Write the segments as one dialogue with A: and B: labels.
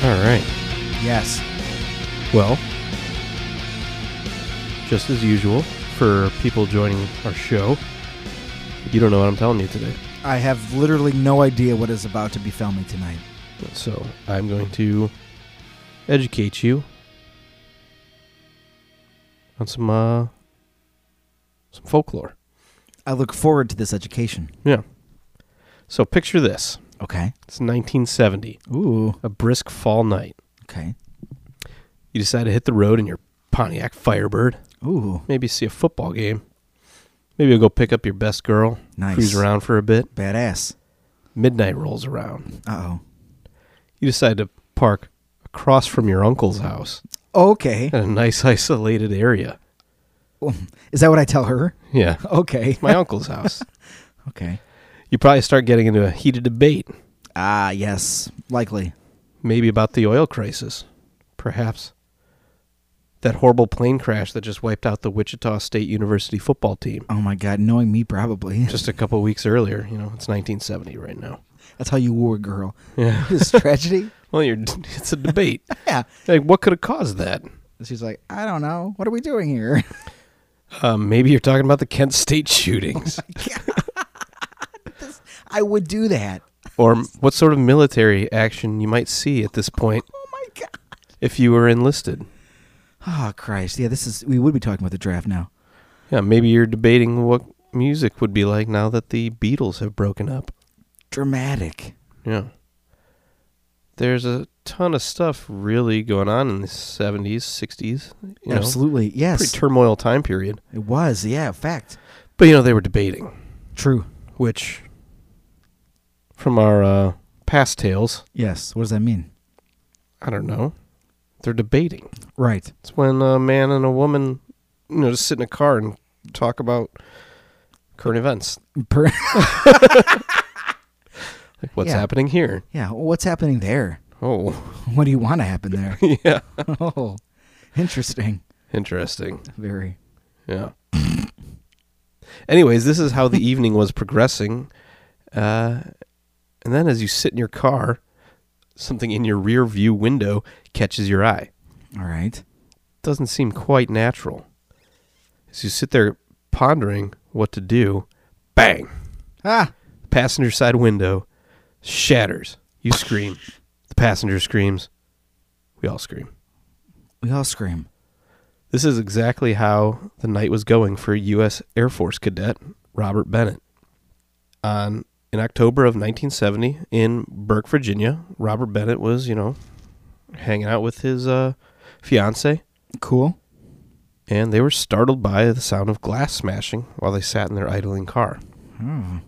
A: All right.
B: Yes.
A: Well, just as usual for people joining our show, you don't know what I'm telling you today.
B: I have literally no idea what is about to be filming tonight.
A: So I'm going to educate you on some uh, some folklore.
B: I look forward to this education.
A: Yeah. So picture this:
B: Okay.
A: it's 1970,
B: Ooh.
A: a brisk fall night.
B: Okay.
A: You decide to hit the road in your Pontiac Firebird.
B: Ooh.
A: Maybe see a football game. Maybe you'll go pick up your best girl.
B: Nice.
A: Cruise around for a bit.
B: Badass.
A: Midnight rolls around.
B: Uh
A: You decide to park across from your uncle's house
B: oh. Okay.
A: in a nice isolated area.
B: Is that what I tell her?
A: Yeah.
B: Okay.
A: My uncle's house.
B: Okay.
A: You probably start getting into a heated debate,
B: Ah, yes. Likely.
A: maybe about the oil crisis, perhaps that horrible plane crash that just wiped out the Wichita State University football team
B: Oh my God. Knowing me, probably.
A: just a couple weeks earlier. You know, it's 1970 right now.
B: That's how you woo a girl.
A: Yeah.
B: This tragedy?
A: Well, you're, it's a debate.
B: yeah.
A: Like, what could have caused that?
B: She's like, I don't know. What are we doing here?
A: Um, maybe you're talking about the Kent State
B: Oh
A: shootings,
B: I would do that.
A: or m- what sort of military action you might see at this point
B: Oh my God.
A: if you were enlisted.
B: Oh, Christ. Yeah, this is, we would be talking about the draft now.
A: Yeah, maybe you're debating what music would be like now that the Beatles have broken up.
B: Dramatic.
A: Yeah, there's a ton of stuff really going on in the 70s, 60s. You know,
B: Absolutely.
A: pretty
B: Yes.
A: turmoil time period.
B: it was. Yeah, fact.
A: But you know, they were debating,
B: True.
A: which from our uh, past tales,
B: Yes. What does that mean?
A: I don't know. They're debating.
B: Right.
A: It's when a man and a woman, you know, just sit in a car and talk about current events.
B: Per-
A: Like what's
B: Yeah.
A: happening here?
B: yeah. What's happening there?
A: Oh,
B: What do you want to happen there?
A: yeah.
B: oh, interesting.
A: Interesting.
B: Very.
A: Yeah. Anyways, this is how the evening was progressing. Uh, and then as you sit in your car, something in your rear view window catches your eye.
B: All right.
A: doesn't seem quite natural. As you sit there pondering what to do, bang!
B: Ah,
A: passenger side window shatters. You scream. The passenger screams. We all scream.
B: we all scream.
A: This is exactly how the night was going for U.S. Air Force cadet Robert Bennett. On in October of 1970 in Burke, Virginia, Robert Bennett was, you know, hanging out with his uh, fiance,
B: Cool.
A: and they were startled by the sound of glass smashing while they sat in their idling car. Hmm.
B: Oh.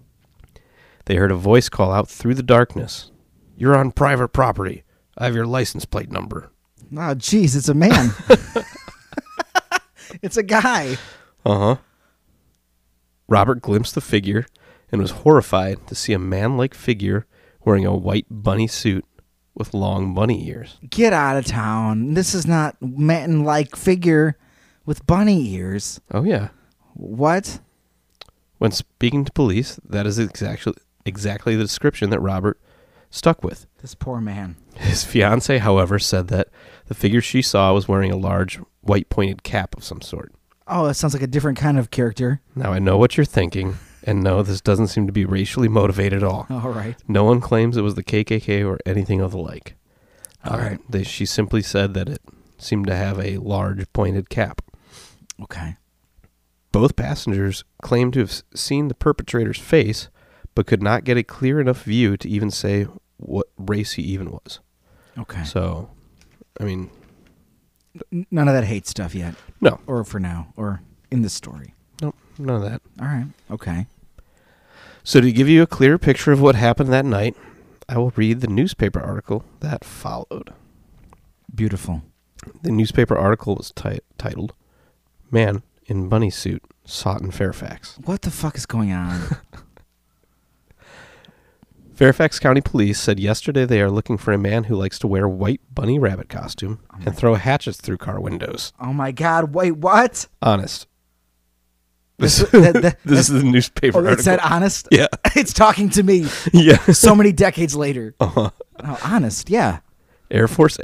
A: They heard a voice call out through the darkness. You're on private property. I have your license plate number.
B: Oh, jeez, it's a man. it's a guy.
A: Uh huh. Robert glimpsed the figure and was horrified to see a man like figure wearing a white bunny suit with long bunny ears.
B: Get out of town. This is not man-like figure with bunny ears.
A: Oh, yeah.
B: What?
A: When speaking to police, that is exactly, exactly the description that Robert stuck with.
B: This poor man.
A: His fiancee, however, said that the figure she saw was wearing a large white pointed cap of some sort.
B: Oh, that sounds like a different kind of character.
A: Now I know what you're thinking, and no, this doesn't seem to be racially motivated at all.
B: All right.
A: No one claims it was the KKK or anything of the like. Um,
B: All right.
A: They, she simply said that it seemed to have a large pointed cap.
B: Okay.
A: Both passengers claimed to have s- seen the perpetrator's face, but could not get a clear enough view to even say what race he even was.
B: Okay.
A: So, I mean,
B: N- None of that hate stuff yet,
A: no,
B: or for now, or in this story.
A: no, none of that.
B: All right. Okay.
A: So, to give you a clear picture of what happened that night, I will read the newspaper article that followed.
B: Beautiful.
A: The newspaper article was ti- titled Man in Bunny Suit Sought in Fairfax.
B: What the fuck is going on?
A: Fairfax County Police said yesterday they are looking for a man who likes to wear white bunny rabbit costume and throw hatchets through car windows.
B: oh my god! Wait, what?
A: Honest.
B: This-
A: This,
B: that- that-
A: this is the newspaper
B: Oh, it
A: article.
B: said honest.
A: yeah.
B: it's talking to me.
A: Yeah.
B: So many decades later.
A: Uh-huh.
B: Oh, honest. Yeah.
A: Air Force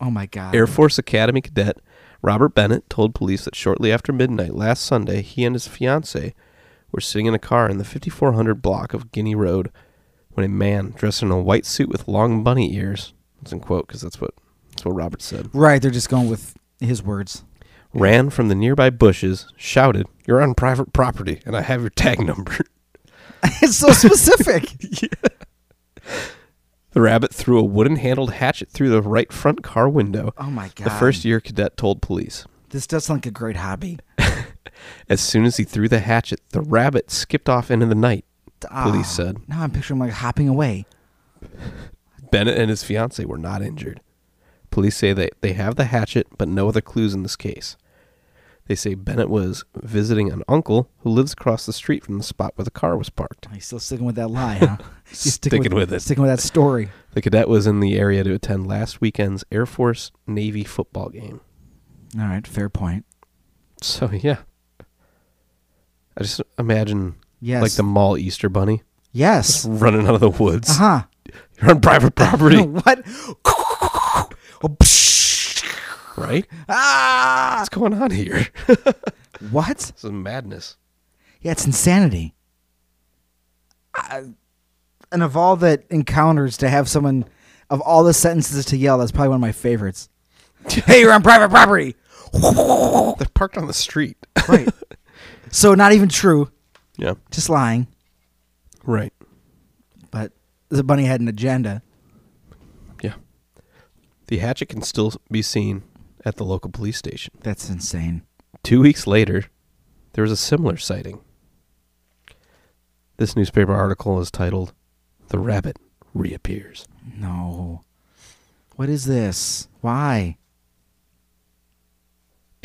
B: Oh my god.
A: Air Force Academy cadet Robert Bennett told police that shortly after midnight last Sunday, he and his fiancee were sitting in a car in the 5400 block of Guinea Road when a man dressed in a white suit with long bunny ears, that's in quote because that's what that's what Robert said,
B: Right. They're just going with his words.
A: ran from the nearby bushes, shouted, "You're on private property and I have your tag number."
B: it's so specific.
A: The rabbit threw a wooden-handled hatchet through the right front car window.
B: oh my god.
A: The first-year cadet told police.
B: This does sound like a great hobby.
A: As soon as he threw the hatchet, the rabbit skipped off into the night. Police
B: Ah,
A: said.
B: Now I'm picturing him like hopping away.
A: Bennett and his fiancee were not injured. Police say that they have the hatchet, but no other clues in this case. They say Bennett was visiting an uncle who lives across the street from the spot where the car was parked.
B: He's still sticking with that lie, huh? He's
A: Sticking with it.
B: Sticking with that story.
A: The cadet was in the area to attend last weekend's Air Force Navy football game.
B: All right. Fair point.
A: So, yeah. I just imagine
B: Yes.
A: like the mall Easter bunny
B: yes.
A: running out of the woods.
B: Uh huh.
A: You're on private property,
B: what? Oh, psh.
A: right?
B: ah!
A: What's going on here?
B: What?
A: This is madness.
B: Yeah, it's insanity. I, and of all the encounters, to have someone of all the sentences to yell, that's probably one of my favorites. hey, you're on private property.
A: They're parked on the street.
B: right. So not even true,
A: Yeah.
B: just lying.
A: Right.
B: But the bunny had an agenda.
A: Yeah. The hatchet can still be seen at the local police station.
B: That's insane.
A: Two weeks later, there was a similar sighting. This newspaper article is titled The Rabbit Reappears.
B: No. What is this? Why?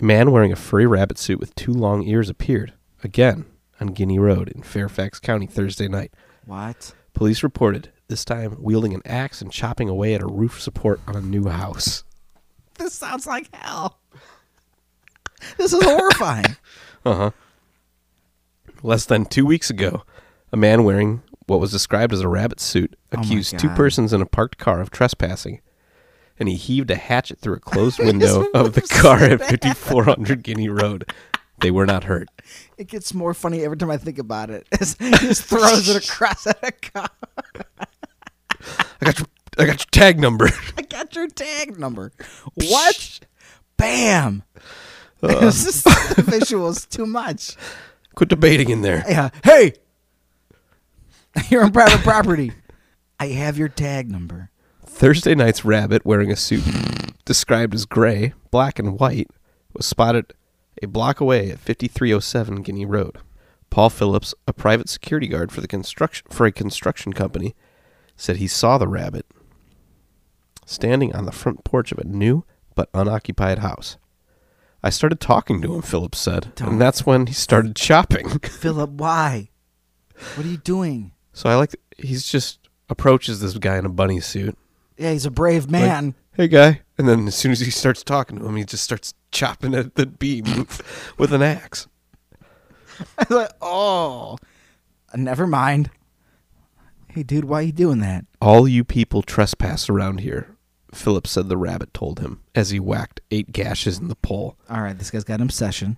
A: A man wearing a furry rabbit suit with two long ears appeared, again, on Guinea Road in Fairfax County Thursday night.
B: What?
A: Police reported, this time wielding an axe and chopping away at a roof support on a new house.
B: This sounds like hell. This is horrifying.
A: Uh-huh. Less than two weeks ago, a man wearing what was described as a rabbit suit
B: Oh my
A: accused two
B: God.
A: persons in a parked car of trespassing, and he heaved a hatchet through a closed window of the car at 5400 Guinea Road. They were not hurt.
B: It gets more funny every time I think about it. he just throws it across at a car.
A: I got your, I got your tag number.
B: I got your tag number. What? Bam! It's just- the visuals too much.
A: Quit debating in there.
B: Yeah. Hey, you're on private property. I have your tag number.
A: Thursday night's rabbit wearing a suit described as gray, black, and white was spotted a block away at 5307 Guinea Road. Paul Phillips, a private security guard for the construction for a construction company, said he saw the rabbit standing on the front porch of a new but unoccupied house. I started talking to him, Phillips said,
B: Don't.
A: and that's when he started chopping.
B: Philip, why? What are you doing?
A: so I like he's just approaches this guy in a bunny suit
B: Yeah, he's a brave
A: Like,
B: man.
A: hey guy. And then as soon as he starts talking to him, he just starts chopping at the beam with an axe.
B: I was like, oh, never mind. Hey, dude, why you doing that?
A: All you people trespass around here, Philip said the rabbit told him as he whacked eight gashes in the pole.
B: All right, this guy's got an obsession.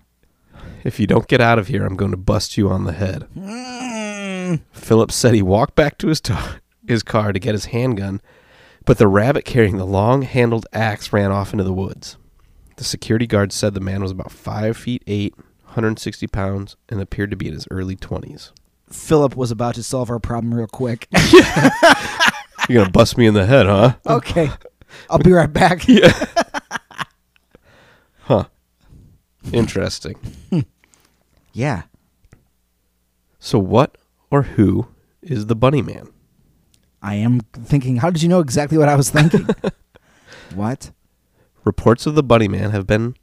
A: If you don't get out of here, I'm going to bust you on the head.
B: Mm.
A: Philip said he walked back to his, ta- his car to get his handgun, but the rabbit carrying the long handled axe ran off into the woods. The security guard said the man was about 5 feet 8, 160 pounds, and appeared to be in his early 20s.
B: Philip was about to solve our problem real quick.
A: You're gonna bust me in the head, huh?
B: Okay. I'll be right back.
A: Yeah. huh. Interesting.
B: Yeah.
A: So what or who is the bunny man?
B: I am thinking, how did you know exactly what I was thinking? what?
A: Reports of the bunny man have been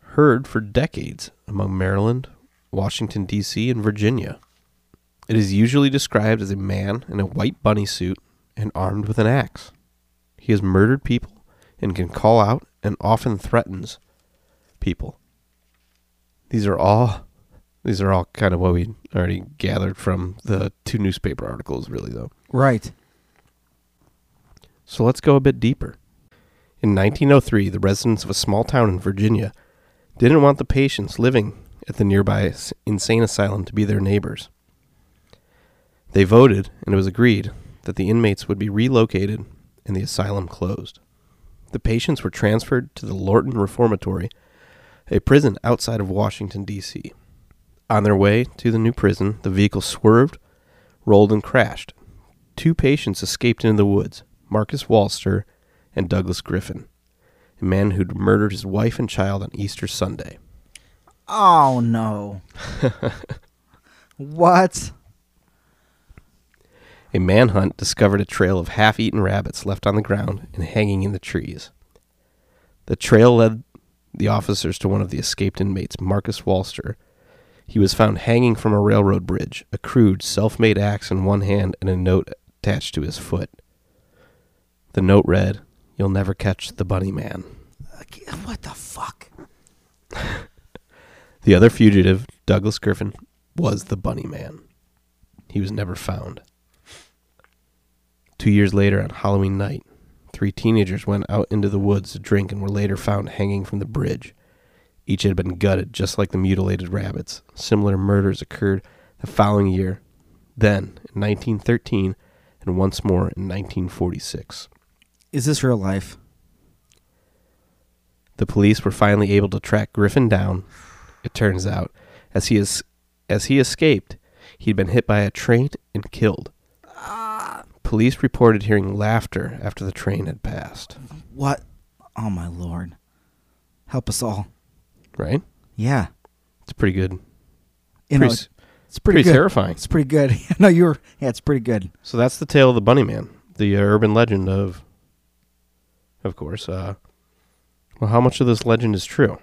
A: heard for decades among Maryland, Washington D.C., and Virginia. It is usually described as a man in a white bunny suit and armed with an axe. He has murdered people and can call out and often threatens people. These are all these are all kind of what we already gathered from the two newspaper articles really though.
B: Right.
A: So let's go a bit deeper. In 1903, the residents of a small town in Virginia didn't want the patients living at the nearby s- insane asylum to be their neighbors. They voted, and it was agreed that the inmates would be relocated and the asylum closed. The patients were transferred to the Lorton Reformatory, a prison outside of Washington, D.C. On their way to the new prison, the vehicle swerved, rolled, and crashed. Two patients escaped into the woods Marcus Walster and Douglas Griffin, a man who'd murdered his wife and child on Easter Sunday.
B: Oh no. what?
A: A manhunt discovered a trail of half eaten rabbits left on the ground and hanging in the trees. The trail led the officers to one of the escaped inmates, Marcus Walster. He was found hanging from a railroad bridge, a crude, self made axe in one hand and a note attached to his foot. The note read, You'll never catch the bunny man.
B: What the fuck?
A: The other fugitive, Douglas Griffin, was the bunny man. He was never found. Two years later, on Halloween night, three teenagers went out into the woods to drink and were later found hanging from the bridge. Each had been gutted, just like the mutilated rabbits. Similar murders occurred the following year, then in 1913, and once more in 1946.
B: Is this real life?
A: The police were finally able to track Griffin down. It turns out, as he is, as he escaped, he'd been hit by a train and killed. Police reported hearing laughter after the train had passed.
B: What? Oh my lord. Help us all.
A: Right?
B: Yeah.
A: It's pretty good.
B: You know,
A: pretty,
B: it's
A: s-
B: pretty,
A: pretty
B: good.
A: terrifying.
B: It's pretty good. no, you were yeah, it's pretty good.
A: So that's the tale of the bunny man, the uh, urban legend of, of course. Uh, well, how much of this legend is true?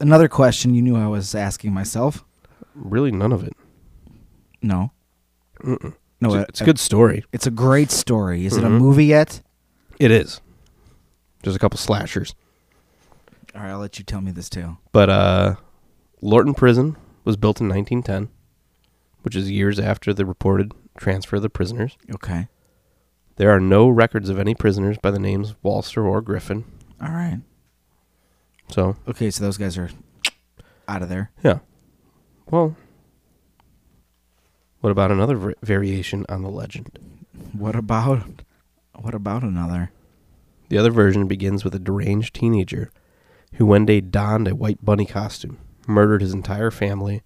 B: Another question you knew I was asking myself.
A: Really, none of it.
B: No.
A: Mm-mm.
B: No,
A: it's, a,
B: uh,
A: it's a good story.
B: It's a great story. Is it a
A: Mhm.
B: movie yet?
A: It is. There's a couple slashers.
B: All right, I'll let you tell me this too.
A: But uh, Lorton Prison was built in 1910, which is years after the reported transfer of the prisoners.
B: Okay.
A: There are no records of any prisoners by the names of Walster or Griffin.
B: All right.
A: So,
B: Okay, so those guys are out of there.
A: yeah. Well, what about another v- variation on the legend?
B: What about what about another?
A: The other version begins with a deranged teenager who one day donned a white bunny costume, murdered his entire family,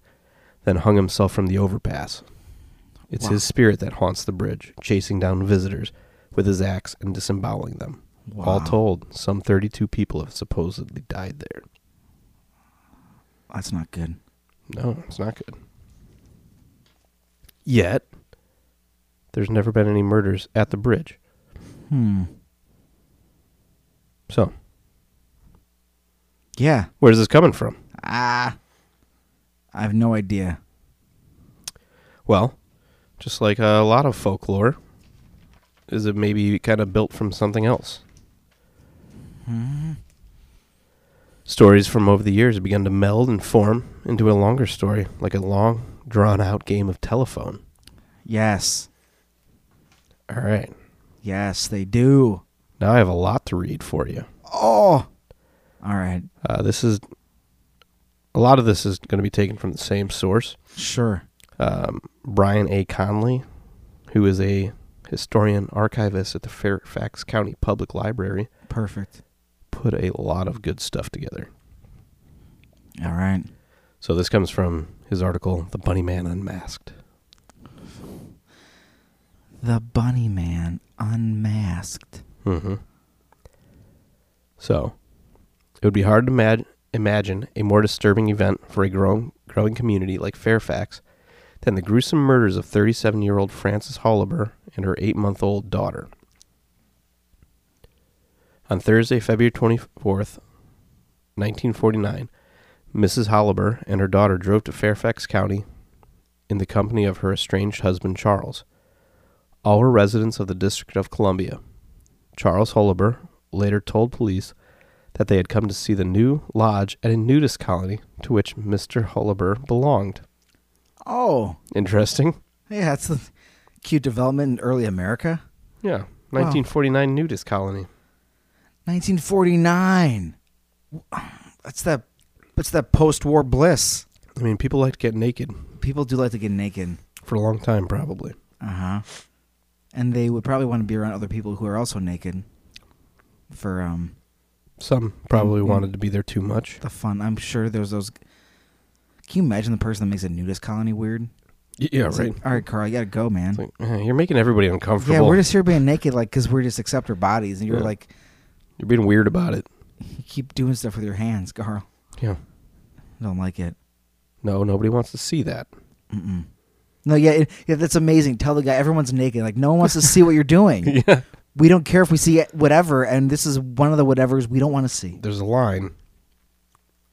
A: then hung himself from the overpass. It's
B: Wow.
A: his spirit that haunts the bridge, chasing down visitors with his axe and disemboweling them. All
B: Wow.
A: told, some 32 people have supposedly died there.
B: That's not good.
A: No, it's not good. Yet, there's never been any murders at the bridge.
B: Hmm.
A: So,
B: Yeah.
A: where's this coming from?
B: Ah. I have no idea.
A: Well, just like a lot of folklore, is it maybe kind of built from something else? Stories from over the years have begun to meld and form into a longer story, like a long, drawn out game of telephone.
B: Yes.
A: All right.
B: Yes, they do.
A: Now I have a lot to read for you.
B: Oh. All right.
A: Uh, this is a lot of this is going to be taken from the same source.
B: Sure.
A: um, Brian A. Conley, who is a historian archivist at the Fairfax County Public Library,
B: Perfect.
A: put a lot of good stuff together.
B: All right.
A: So this comes from his article, The Bunny Man Unmasked.
B: The Bunny Man unmasked.
A: Mm-hmm. So, it would be hard to mag- imagine a more disturbing event for a growing, growing community like Fairfax than the gruesome murders of 37 year old Frances Holliber and her eight month old daughter. On Thursday, February 24th, 1949, Mrs. Holliber and her daughter drove to Fairfax County in the company of her estranged husband, Charles. All were residents of the District of Columbia. Charles Holliber later told police that they had come to see the new lodge at a nudist colony to which Mr. Holliber belonged.
B: Oh,
A: Interesting.
B: yeah, that's a cute development in early America.
A: Yeah. 1949 nudist colony.
B: 1949. That's that. That's that post-war bliss.
A: I mean, people like to get naked
B: People do like to get naked.
A: for a long time, probably.
B: Uh huh. And they would probably want to be around other people who are also naked. For um
A: Some probably
B: Mm, mm.
A: wanted to be there too much.
B: the fun, I'm sure there's those. Can you imagine the person that makes a nudist colony weird?
A: Yeah,
B: It's like, All right, Carl, you gotta go, man.
A: It's like, eh, you're making everybody uncomfortable.
B: yeah, we're just here being naked, like, cause we're just accept our bodies, and you're
A: Yeah.
B: like,
A: You're being weird about it.
B: you keep doing stuff with your hands, Carl.
A: Yeah.
B: I don't like it.
A: No, nobody wants to see that.
B: Mm-mm. No, yeah, it, yeah, that's amazing. Tell the guy everyone's naked. Like, no one wants to see what you're doing.
A: yeah.
B: We don't care if we see it- whatever, and this is one of the whatevers we don't want to see.
A: There's a line.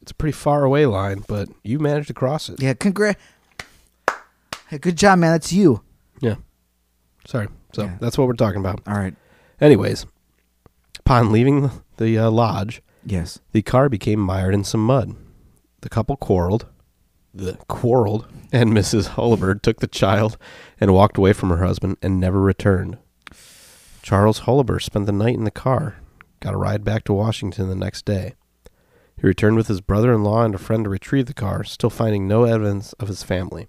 A: It's a pretty far away line, but you managed to cross it.
B: Yeah, congrats. Hey, good job, man. That's you.
A: Yeah. Sorry. So
B: Yeah.
A: that's what we're talking about.
B: All right.
A: Anyways, upon leaving the, the uh, lodge,
B: Yes.
A: the car became mired in some mud. The couple quarreled. The quarreled, and Mrs. Hullibird took the child and walked away from her husband and never returned. Charles Hullibird spent the night in the car, got a ride back to Washington the next day. He returned with his brother in law and a friend to retrieve the car, still finding no evidence of his family.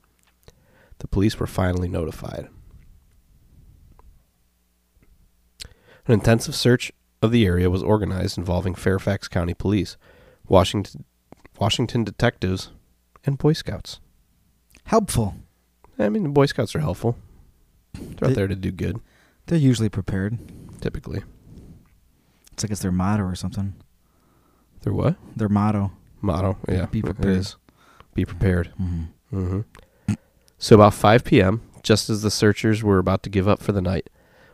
A: The police were finally notified. An intensive search of the area was organized involving Fairfax County Police, Washington, Washington detectives, and Boy Scouts.
B: Helpful.
A: I mean, the Boy Scouts are helpful. They're
B: They-
A: out there to do good,
B: They're usually prepared.
A: typically.
B: It's like it's their motto or something.
A: They're what?
B: Their motto.
A: Motto. Yeah.
B: Be
A: it
B: prepared.
A: is. Be prepared.
B: hmm
A: hmm So about 5 p.m., just as the searchers were about to give up for the night,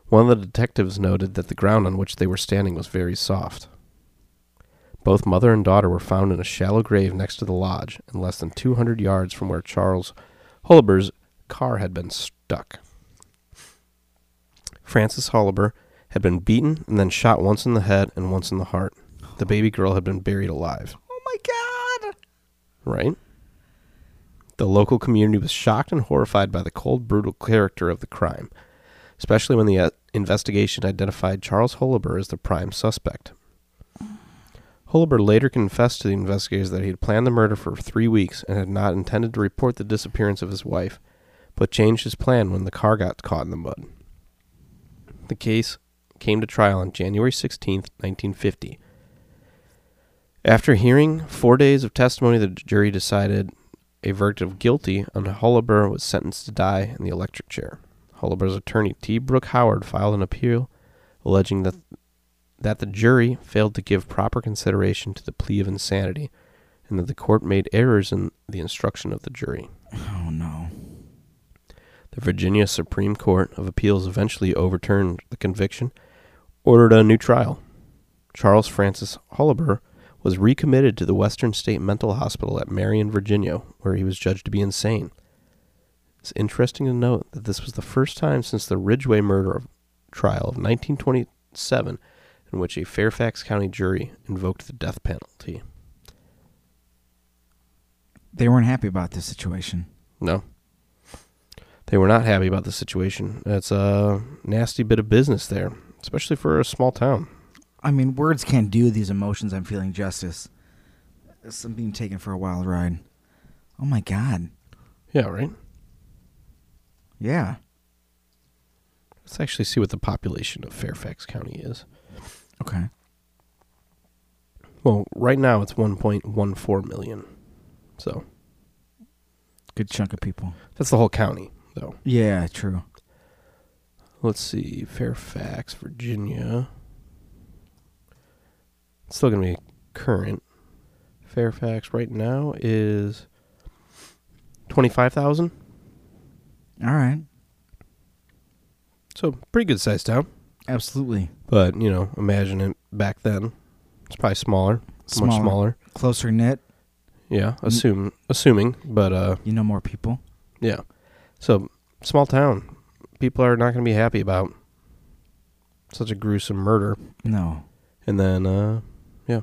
A: one of the detectives noted that the ground on which they were standing was very soft. Both mother and daughter were found in a shallow grave next to the lodge and less than 200 yards from where Charles Huliber's car had been stuck. Frances Holliber had been beaten and then shot once in the head and once in the heart. The baby girl had been buried alive
B: Oh my God.
A: right? The local community was shocked and horrified by the cold, brutal character of the crime, especially when the uh, investigation identified Charles Holliber as the prime suspect. Holliber later confessed to the investigators that he had planned the murder for three weeks and had not intended to report the disappearance of his wife, but changed his plan when the car got caught in the mud. The case came to trial on January sixteenth, 1950. After hearing four days of testimony, the jury decided a verdict of guilty, and Holliber was sentenced to die in the electric chair. Holliber's attorney, T. Brooke Howard, filed an appeal alleging that, that the jury failed to give proper consideration to the plea of insanity and that the court made errors in the instruction of the jury.
B: Oh no.
A: The Virginia Supreme Court of Appeals eventually overturned the conviction, ordered a new trial. Charles Francis Holliber was recommitted to the Western State Mental Hospital at Marion, Virginia, where he was judged to be insane. It's interesting to note that this was the first time since the Ridgway murder of- trial of 1927 in which a Fairfax County jury invoked the death penalty.
B: They weren't happy about this situation.
A: No. They were not happy about the situation. That's a nasty bit of business there, especially for a small town.
B: I mean, words can't do these emotions I'm feeling justice. It's- I'm being taken for a wild ride. Oh my God.
A: Yeah, right?
B: Yeah.
A: Let's actually see what the population of Fairfax County is.
B: Okay.
A: Well, right now it's 1.14 million. So
B: Good chunk of people.
A: that's the whole county, though.
B: Yeah, true.
A: Let's see, Fairfax, Virginia. It's still going to be current. Fairfax right now is 25,000.
B: All right.
A: So, pretty good sized town.
B: Absolutely.
A: But, you know, imagine it back then. It's probably smaller, much
B: Smaller.
A: smaller. Mm.
B: Closer knit.
A: Yeah, assume assuming, but uh
B: You know more people.
A: yeah. So, small town. People are not going to be happy about such a gruesome murder.
B: No.
A: And then, uh, yeah.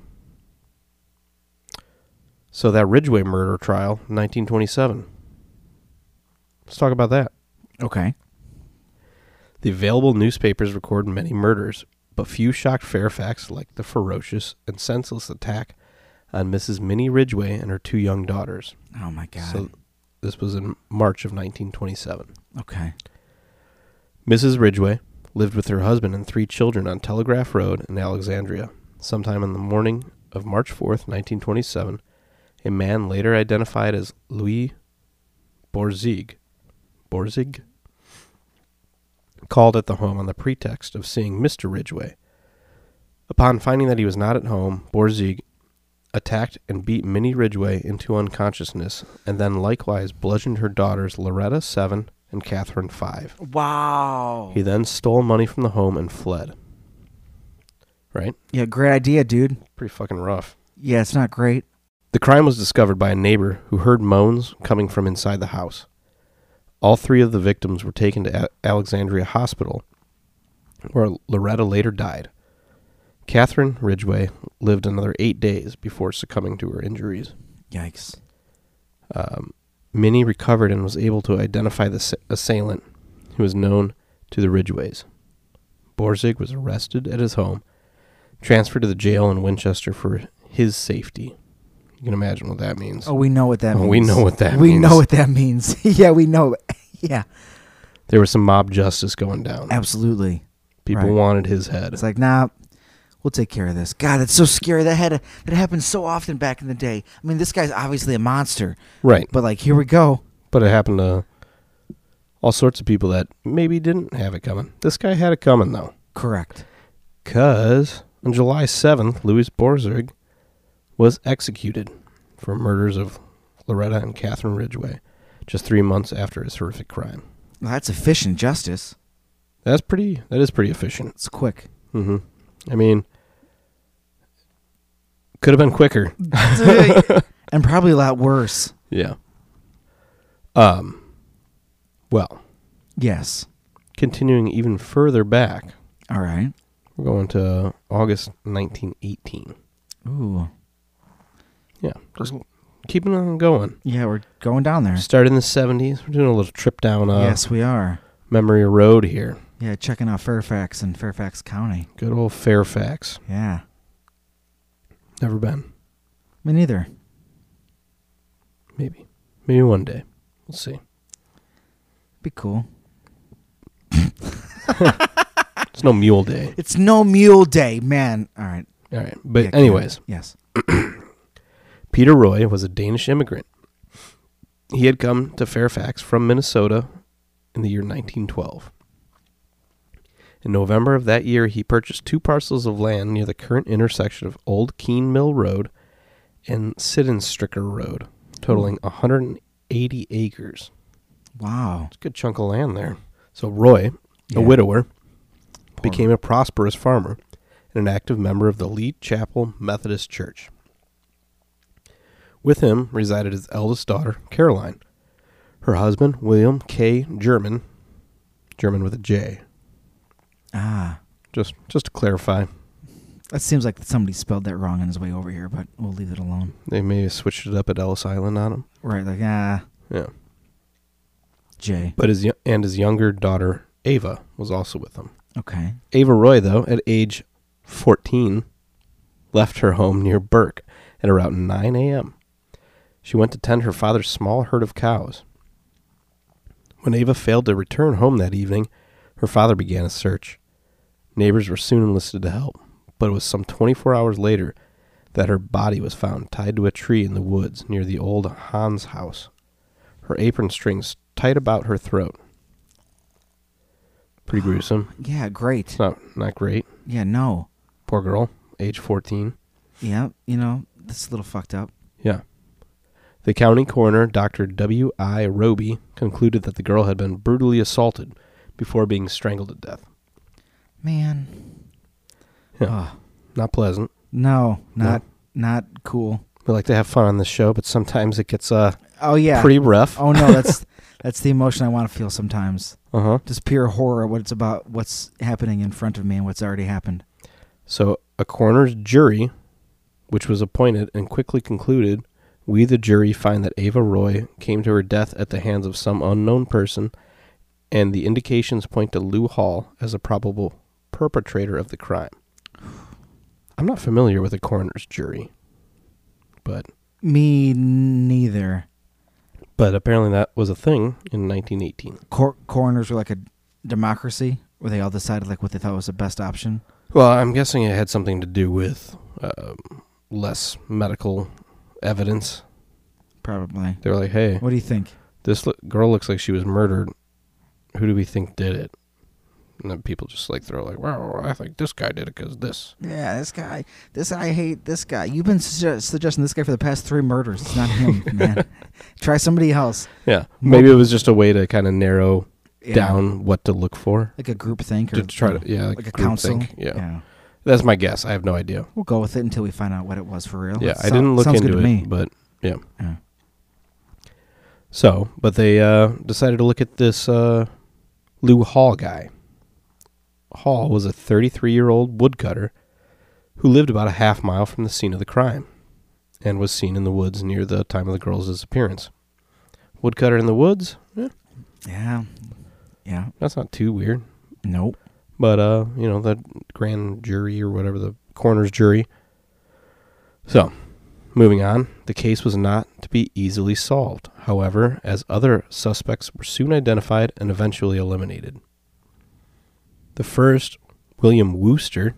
A: So that Ridgeway murder trial, 1927. Let's talk about that.
B: Okay.
A: The available newspapers record many murders, but few shocked Fairfax like the ferocious and senseless attack on Mrs. Minnie Ridgeway and her two young daughters.
B: Oh my god.
A: So this was in March of 1927.
B: okay.
A: Mrs. Ridgway lived with her husband and three children on Telegraph Road in Alexandria. Sometime in the morning of March 4th, 1927, a man later identified as Louis Borzig, Borzig called at the home on the pretext of seeing Mr. Ridgway. Upon finding that he was not at home, Borzig attacked and beat Minnie Ridgway into unconsciousness and then likewise bludgeoned her daughters Loretta 7 and Catherine 5.
B: Wow.
A: He then stole money from the home and fled. Right?
B: Yeah, great idea, dude.
A: Pretty fucking rough.
B: Yeah, it's not great.
A: The crime was discovered by a neighbor who heard moans coming from inside the house. All three of the victims were taken to A- Alexandria Hospital, where Loretta later died. Catherine Ridgway lived another eight days before succumbing to her injuries.
B: Yikes.
A: Um, Minnie recovered and was able to identify the s- assailant, who was known to the Ridgeways. Borzig was arrested at his home, transferred to the jail in Winchester for his safety. You can imagine what that means.
B: Oh, we know what that
A: Oh,
B: means.
A: we know what that
B: We
A: means.
B: know what that means. yeah, we know. yeah,
A: There was some mob justice going down.
B: absolutely.
A: People
B: right.
A: wanted his head.
B: It's like, nah, we'll take care of this. God, that's so scary. That had that happened so often back in the day. I mean, this guy's obviously a monster,
A: right.
B: but like, here we go.
A: But it happened to all sorts of people that maybe didn't have it coming. This guy had it coming, though.
B: Correct.
A: Because on July 7th, Louis Borzig was executed for murders of Loretta and Catherine Ridgway just three months after his horrific crime.
B: Well, that's efficient justice.
A: That's pretty, that is pretty efficient.
B: It's quick.
A: hmm I mean, could have been quicker.
B: and probably a lot worse.
A: Yeah. Um, well,
B: Yes.
A: continuing even further back,
B: All right.
A: we're going to August 1918.
B: Ooh.
A: Yeah, just keeping on going.
B: Yeah, we're going down there.
A: Started in the 70s. We're doing a little trip down uh,
B: yes, we are.
A: memory road here.
B: Yeah, checking out Fairfax and Fairfax County.
A: Good old Fairfax.
B: Yeah.
A: Never been.
B: Me neither.
A: Maybe. Maybe one day. We'll see.
B: Be cool.
A: It's no mule day.
B: It's no mule day, man. All right.
A: All right. But,
B: Yeah,
A: anyways,
B: correct. Yes.
A: Peter Roy was a Danish immigrant. He had come to Fairfax from Minnesota in the year 1912. In November of that year, he purchased two parcels of land near the current intersection of Old Keene Mill Road and Sidenstricker Road, totaling 180 acres.
B: Wow.
A: It's a good chunk of land there. So Roy,
B: Yeah.
A: a widower,
B: Poor-
A: became a prosperous farmer and an active member of the Lee Chapel Methodist Church. With him resided his eldest daughter, Caroline. Her husband, William K. German, German with a J.
B: Ah.
A: Just just to clarify,
B: That seems like somebody spelled that wrong on his way over here, but we'll leave it alone.
A: they may have switched it up at Ellis Island on him.
B: Right, like ah,
A: Yeah.
B: J.
A: But his yo- and his younger daughter, Ava, was also with him.
B: Okay.
A: Ava Roy, though, at age 14, left her home near Burke at around 9 a.m. She went to tend her father's small herd of cows. When Ava failed to return home that evening, her father began a search. Neighbors were soon enlisted to help, but it was some 24 hours later that her body was found tied to a tree in the woods near the old Hans house, her apron strings tight about her throat. Pretty gruesome.
B: Yeah, great.
A: It's not not great.
B: Yeah, no.
A: Poor girl, age 14.
B: Yeah, you know, that's a little fucked up.
A: Yeah. The county coroner, Dr. W. I. Roby, concluded that the girl had been brutally assaulted before being strangled to death.
B: Man.
A: Yeah.
B: Ugh.
A: Not pleasant.
B: no, not not cool.
A: We like to have fun on this show, but sometimes it gets uh
B: Oh yeah.
A: pretty rough.
B: oh no, that's that's the emotion I want to feel sometimes.
A: Uh huh.
B: Just pure horror what it's about what's happening in front of me and what's already happened.
A: So a coroner's jury, which was appointed and quickly concluded, we the jury find that Ava Roy came to her death at the hands of some unknown person, and the indications point to Lou Hall as a probable perpetrator of the crime. I'm not familiar with a coroner's jury, but
B: Me neither.
A: but apparently that was a thing in 1918.
B: Cor- coroners were like a democracy where they all decided like what they thought was the best option.
A: Well, I'm guessing it had something to do with um less medical evidence.
B: Probably.
A: They were like, "Hey,
B: What do you think?
A: this lo- girl looks like she was murdered. Who do we think did it? And then people just like throw like, wow, I think this guy did it because this.
B: Yeah, this guy. This I hate this guy. You've been sugge- suggesting this guy for the past three murders. It's not him, man. Try somebody else.
A: Yeah, maybe it was just a way to kind of narrow
B: Yeah.
A: down what to look for.
B: like a group think or
A: To try to- yeah, like
B: like a
A: group
B: council.
A: think, yeah. That's my guess. I have no idea.
B: We'll go with it until we find out what it was for real.
A: yeah,
B: It
A: I
B: sou-
A: didn't look
B: sounds
A: into
B: good to
A: it,
B: me.
A: but yeah.
B: Yeah.
A: So, but they uh, decided to look at this uh, Lou Hall guy. Hall was a 33 year old woodcutter who lived about a half mile from the scene of the crime and was seen in the woods near the time of the girl's disappearance. Woodcutter in the woods? Eh,
B: Yeah. Yeah.
A: that's not too weird.
B: Nope.
A: But, uh, you know, the grand jury or whatever, the coroner's jury. So, moving on, the case was not to be easily solved, however, as other suspects were soon identified and eventually eliminated. The first, William Wooster.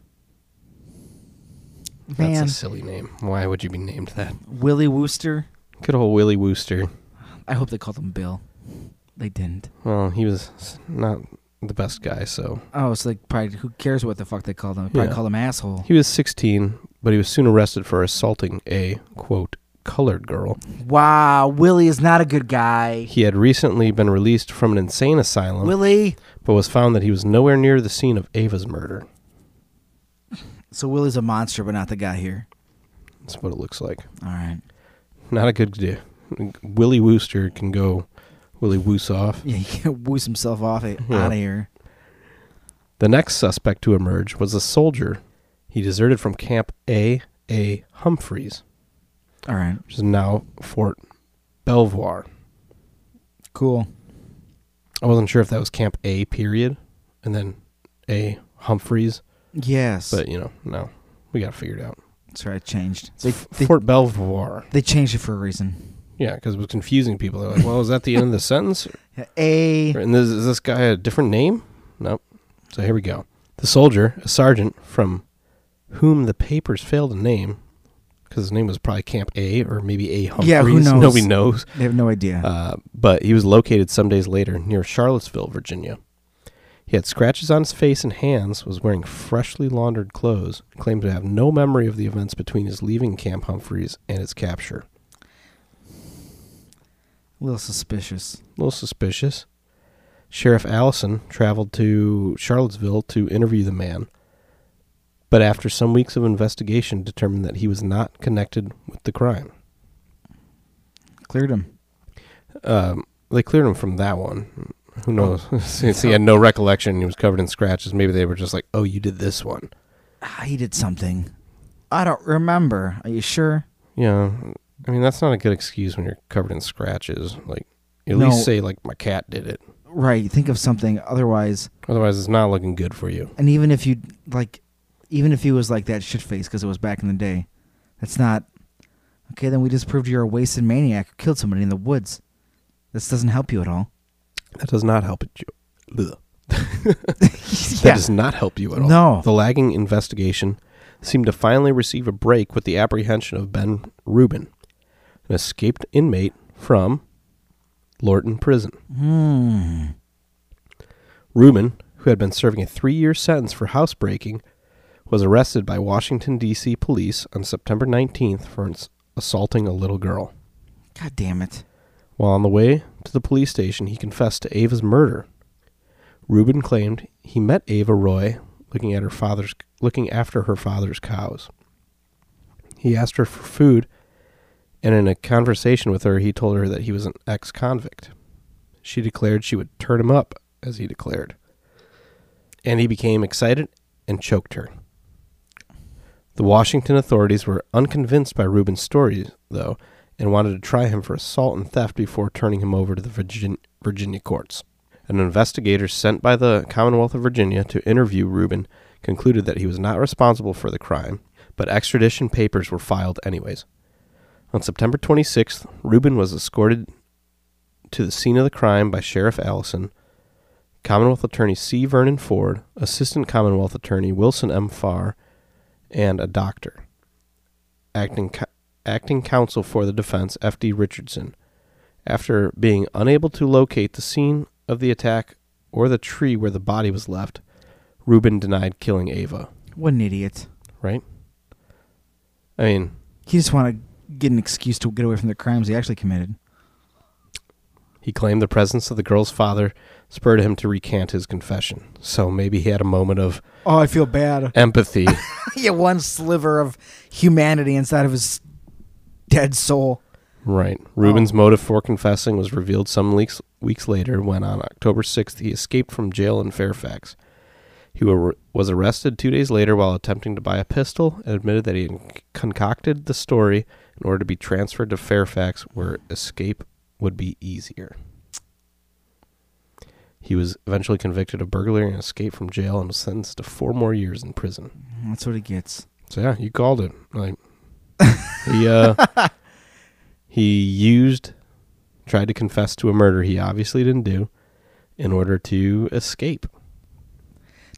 A: That's
B: Man,
A: a silly name. Why would you be named that?
B: Willie Wooster.
A: Good old Willie Wooster.
B: I hope they called him Bill. They didn't.
A: Well, he was s- not the best guy, so
B: Oh, it's like probably who cares what the fuck they called him? They probably
A: Yeah.
B: called him asshole.
A: he was 16, but he was soon arrested for assaulting a quote colored girl.
B: Wow, Willie is not a good guy.
A: He had recently been released from an insane asylum,
B: Willie.
A: but was found that he was nowhere near the scene of Ava's murder.
B: So Willie's a monster, but not the guy here.
A: That's what it looks like.
B: All right.
A: Not a good day. Willie Wooster can go Willie Woos off.
B: Yeah, he can woos himself off it,
A: Yeah.
B: out of here.
A: The next suspect to emerge was a soldier. He deserted from Camp A. A. Humphreys,
B: All right.
A: which is now Fort Belvoir.
B: Cool.
A: I wasn't sure if that was Camp A period and then A Humphreys,
B: Yes.
A: but you know, no. We got it figured out.
B: That's right. Changed.
A: It's
B: They,
A: F-
B: they,
A: Fort Belvoir.
B: they changed it for a reason.
A: Yeah, because it was confusing people. They're like, well, is that the end of the sentence?
B: A.
A: And this, is this guy a different name? Nope. So here we go. The soldier, a sergeant from whom the papers failed to name, because his name was probably Camp A or maybe A Humphreys.
B: Yeah, who knows?
A: Nobody knows.
B: They have no idea.
A: Uh, but he was located some days later near Charlottesville, Virginia. He had scratches on his face and hands, was wearing freshly laundered clothes, and claimed to have no memory of the events between his leaving Camp Humphreys and its capture.
B: a little suspicious.
A: A little suspicious. Sheriff Allison traveled to Charlottesville to interview the man, but after some weeks of investigation, determined that he was not connected with the crime.
B: Cleared him.
A: Um, they cleared him from that one. Who knows? Since he had no recollection, he was covered in scratches. Maybe they were just like, "Oh, you did this one."
B: Ah, he did something. I don't remember. Are you sure?
A: Yeah, I mean that's not a good excuse when you're covered in scratches. Like, at
B: No.
A: least say like my cat did it.
B: Right. Think of something. Otherwise,
A: Otherwise, it's not looking good for you.
B: and even if you like, even if he was like that shit face because it was back in the day, that's not. Okay, then we just proved you're a wasted maniac who killed somebody in the woods. This doesn't help you at all.
A: That does not help it. You. Ugh. That
B: yeah.
A: does not help you at all.
B: No.
A: The lagging investigation seemed to finally receive a break with the apprehension of Ben Rubin, an escaped inmate from Lorton Prison.
B: Hmm.
A: Rubin, who had been serving a three year sentence for housebreaking, was arrested by Washington, D.C. police on September 19th for ins- assaulting a little girl.
B: God damn it.
A: While on the way to the police station, he confessed to Ava's murder. Reuben claimed he met Ava Roy looking at her father's looking after her father's cows. He asked her for food, and in a conversation with her, he told her that he was an ex-convict. She declared she would turn him up, as he declared. And he became excited and choked her. The Washington authorities were unconvinced by Reuben's story, though, and wanted to try him for assault and theft before turning him over to the Virgin- Virginia courts. An investigator sent by the Commonwealth of Virginia to interview Reuben concluded that he was not responsible for the crime, but extradition papers were filed anyways. On September 26th, Reuben was escorted to the scene of the crime by Sheriff Allison, Commonwealth Attorney C. Vernon Ford, Assistant Commonwealth Attorney Wilson M. Farr, and a doctor. Acting, co- acting counsel for the defense, F.D. Richardson. After being unable to locate the scene of the attack or the tree where the body was left, Reuben denied killing Ava,
B: What an idiot.
A: right? I mean,
B: He just want to get an excuse to get away from the crimes he actually committed.
A: He claimed the presence of the girl's father spurred him to recant his confession. So maybe he had a moment of
B: Oh, I feel bad.
A: empathy.
B: yeah, one sliver of humanity inside of his dead soul.
A: right. Reuben's motive for confessing was revealed some weeks, weeks later when on October 6th he escaped from jail in Fairfax. He wa- was arrested two days later while attempting to buy a pistol and admitted that he had concocted the story in order to be transferred to Fairfax where escape would be easier. He was eventually convicted of burglary and escaped from jail and was sentenced to four more years in prison.
B: That's what he gets.
A: So yeah, you called it. Like he uh he used tried to confess to a murder he obviously didn't do in order to escape.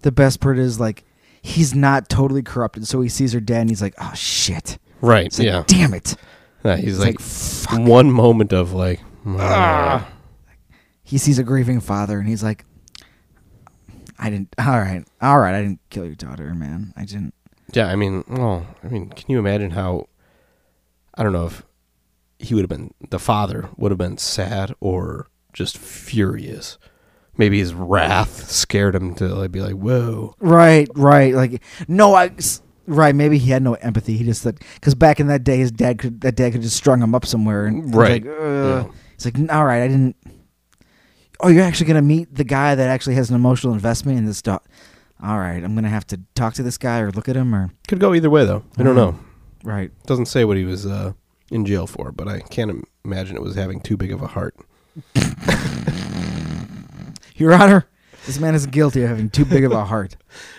B: The best part is like he's not totally corrupted, so he sees her dead and he's like, "Oh shit!"
A: Right.
B: It's like, damn it.
A: Yeah,
B: It's
A: he's
B: like,
A: like,
B: fuck.
A: one moment of like "Ah."
B: He sees a grieving father and he's like, "I didn't. All right, all right. I didn't kill your daughter, man. I didn't."
A: Yeah, I mean, oh, I mean, can you imagine how I don't know if he would have been the father would have been sad or just furious. Maybe his wrath scared him to like be like, "Whoa."
B: Right, right. Like, no, I. s- Right, maybe he had no empathy. He just said because back in that day, his dad could that dad could just strung him up somewhere, and he's
A: Right.
B: Like, Ugh.
A: Yeah.
B: It's like, all right, I didn't. Oh, you're actually gonna meet the guy that actually has an emotional investment in this dog. All right, I'm gonna have to talk to this guy or look at him or
A: Could go either way, though. I
B: Mm.
A: don't know.
B: right.
A: Doesn't say what he was uh, in jail for, but I can't im- imagine it was having too big of a heart.
B: Your Honor, this man is guilty of having too big of a heart.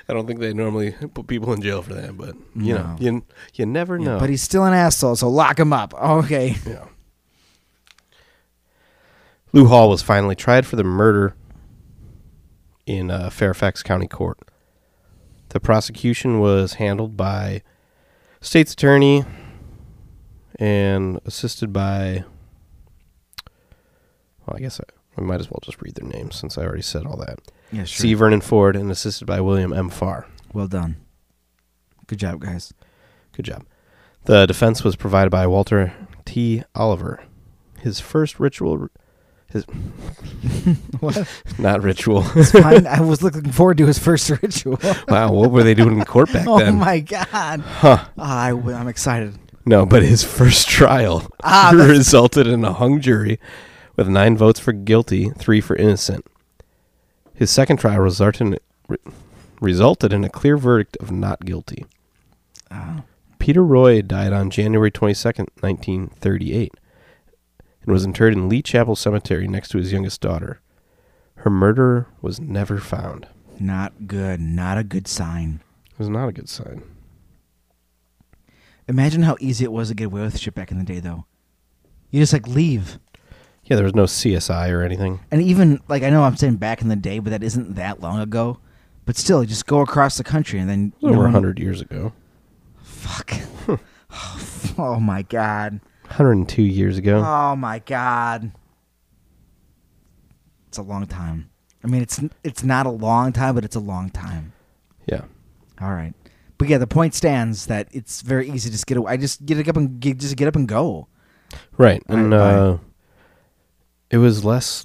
A: I don't think they normally put people in jail for that, but you know,
B: No.
A: you you never know.
B: But he's still an asshole, so lock him up. Okay.
A: yeah. Lou Hall was finally tried for the murder in uh, Fairfax County Court. The prosecution was handled by state's attorney and assisted by. Well, I guess I, I might as well just read their names since I already said all that.
B: Yeah,
A: C. Vernon Ford and assisted by William M. Farr.
B: Well done. Good job, guys.
A: Good job. The defense was provided by Walter T. Oliver. His first ritual, his
B: What?
A: not ritual.
B: It's fine. I was looking forward to his first ritual.
A: wow, what were they doing in court back
B: oh
A: then?
B: my god. Ah,
A: Huh.
B: I, am excited.
A: No, but his first trial
B: Ah, that's-
A: resulted in a hung jury with nine votes for guilty, three for innocent. His second trial resulted in, re- resulted in a clear verdict of not guilty.
B: Oh.
A: Peter Roy died on January 22nd, 1938, and was interred in Lee Chapel Cemetery next to his youngest daughter. Her murderer was never found.
B: Not good. Not a good sign.
A: It was not a good sign.
B: Imagine how easy it was to get away with shit back in the day, though. You just like leave,
A: Yeah, there was no CSI or anything.
B: and even like I know I'm saying back in the day, but that isn't that long ago. But still, you just go across the country and then
A: Over a
B: no one-
A: 100 years ago.
B: Fuck. oh my god.
A: 102
B: Ah.
A: years ago.
B: Oh my god. It's a long time. I mean, it's it's not a long time, but it's a long time.
A: Yeah.
B: All right, but yeah, the point stands that it's very easy to just get away. I just get up and get, just get up and go.
A: Right. And
B: I- I-
A: uh, it was less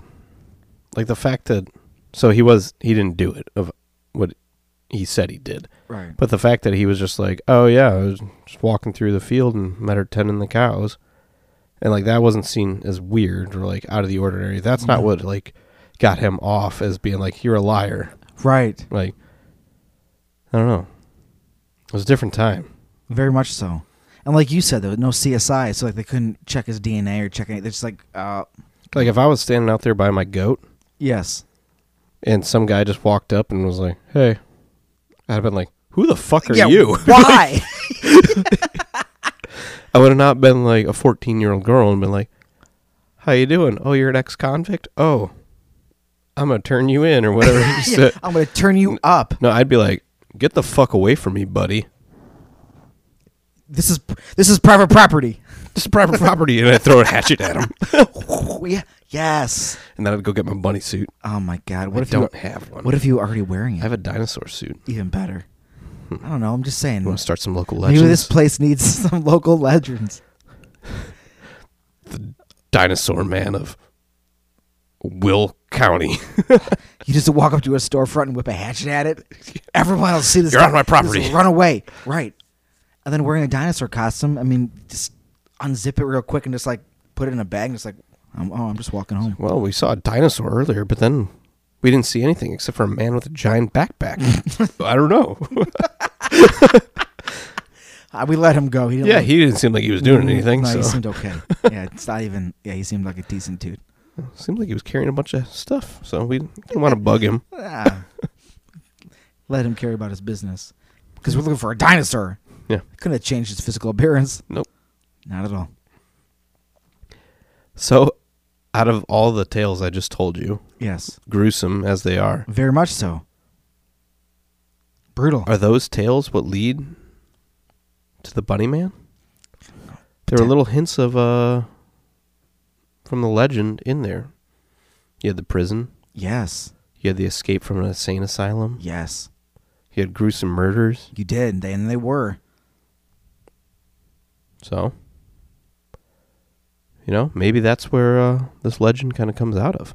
A: like the fact that so he was he didn't do it of what he said he did.
B: Right.
A: But the fact that he was just like, "Oh yeah, I was just walking through the field and met her tending the cows," and like that wasn't seen as weird or like out of the ordinary. That's not
B: No.
A: what like got him off as being like, "You're a liar."
B: Right.
A: Like, I don't know. It was a different time.
B: Very much so. And like you said, there was no CSI, so like they couldn't check his DNA or check any. They're just like, uh,
A: Like if I was standing out there by my goat
B: yes,
A: and some guy just walked up and was like, "Hey," I'd have been like, "Who the fuck are
B: Yeah,
A: you?"
B: Why?
A: I would have not been like a 14 year old girl and been like, "How you doing? Oh, you're an ex convict. Oh, I'm gonna turn you in or whatever." he said.
B: I'm gonna turn you up.
A: No, I'd be like, "Get the fuck away from me, buddy.
B: This is this is private property.
A: This is private property," and I'd throw a hatchet at him,
B: yeah. Yes.
A: and then I'd go get my bunny suit.
B: Oh my God. What
A: I
B: if
A: don't
B: you?
A: have one.
B: What if you were already wearing
A: I
B: it?
A: have a dinosaur suit?
B: Even better. I don't know. I'm just saying.
A: You want to start some local
B: Hmm. Maybe
A: Hmm. legends?
B: this place needs some local legends.
A: dinosaur man of Will County.
B: You just walk up to a storefront and whip a hatchet at it. Everyone will see this.
A: You're on
B: guy-
A: my property.
B: just Run away. Right. And then wearing a dinosaur costume. I mean, just unzip it real quick and just like put it in a bag and just like, um, oh, I'm just walking home.
A: well, we saw a dinosaur earlier, but then we didn't see anything except for a man with a giant backpack. I don't know.
B: Uh, we let him go. He didn't
A: yeah,
B: let-
A: he didn't seem like he was doing anything.
B: No,
A: so
B: he seemed okay. yeah, it's not even. Yeah, he seemed like a decent dude.
A: seemed like he was carrying a bunch of stuff. So we didn't want to bug him.
B: Ah. let him care about his business because we're looking for a dinosaur.
A: Yeah.
B: Couldn't have changed his physical appearance.
A: Nope.
B: Not at all.
A: So, out of all the tales I just told you,
B: Yes.
A: gruesome as they are,
B: Very much so. Brutal.
A: are those tales what lead to the bunny man? There were little hints of uh from the legend in there. You had the prison,
B: yes.
A: you had the escape from an insane asylum,
B: Yes.
A: you had gruesome murders.
B: You did. They, and they were.
A: So, you know, maybe that's where uh, this legend kind of comes out of.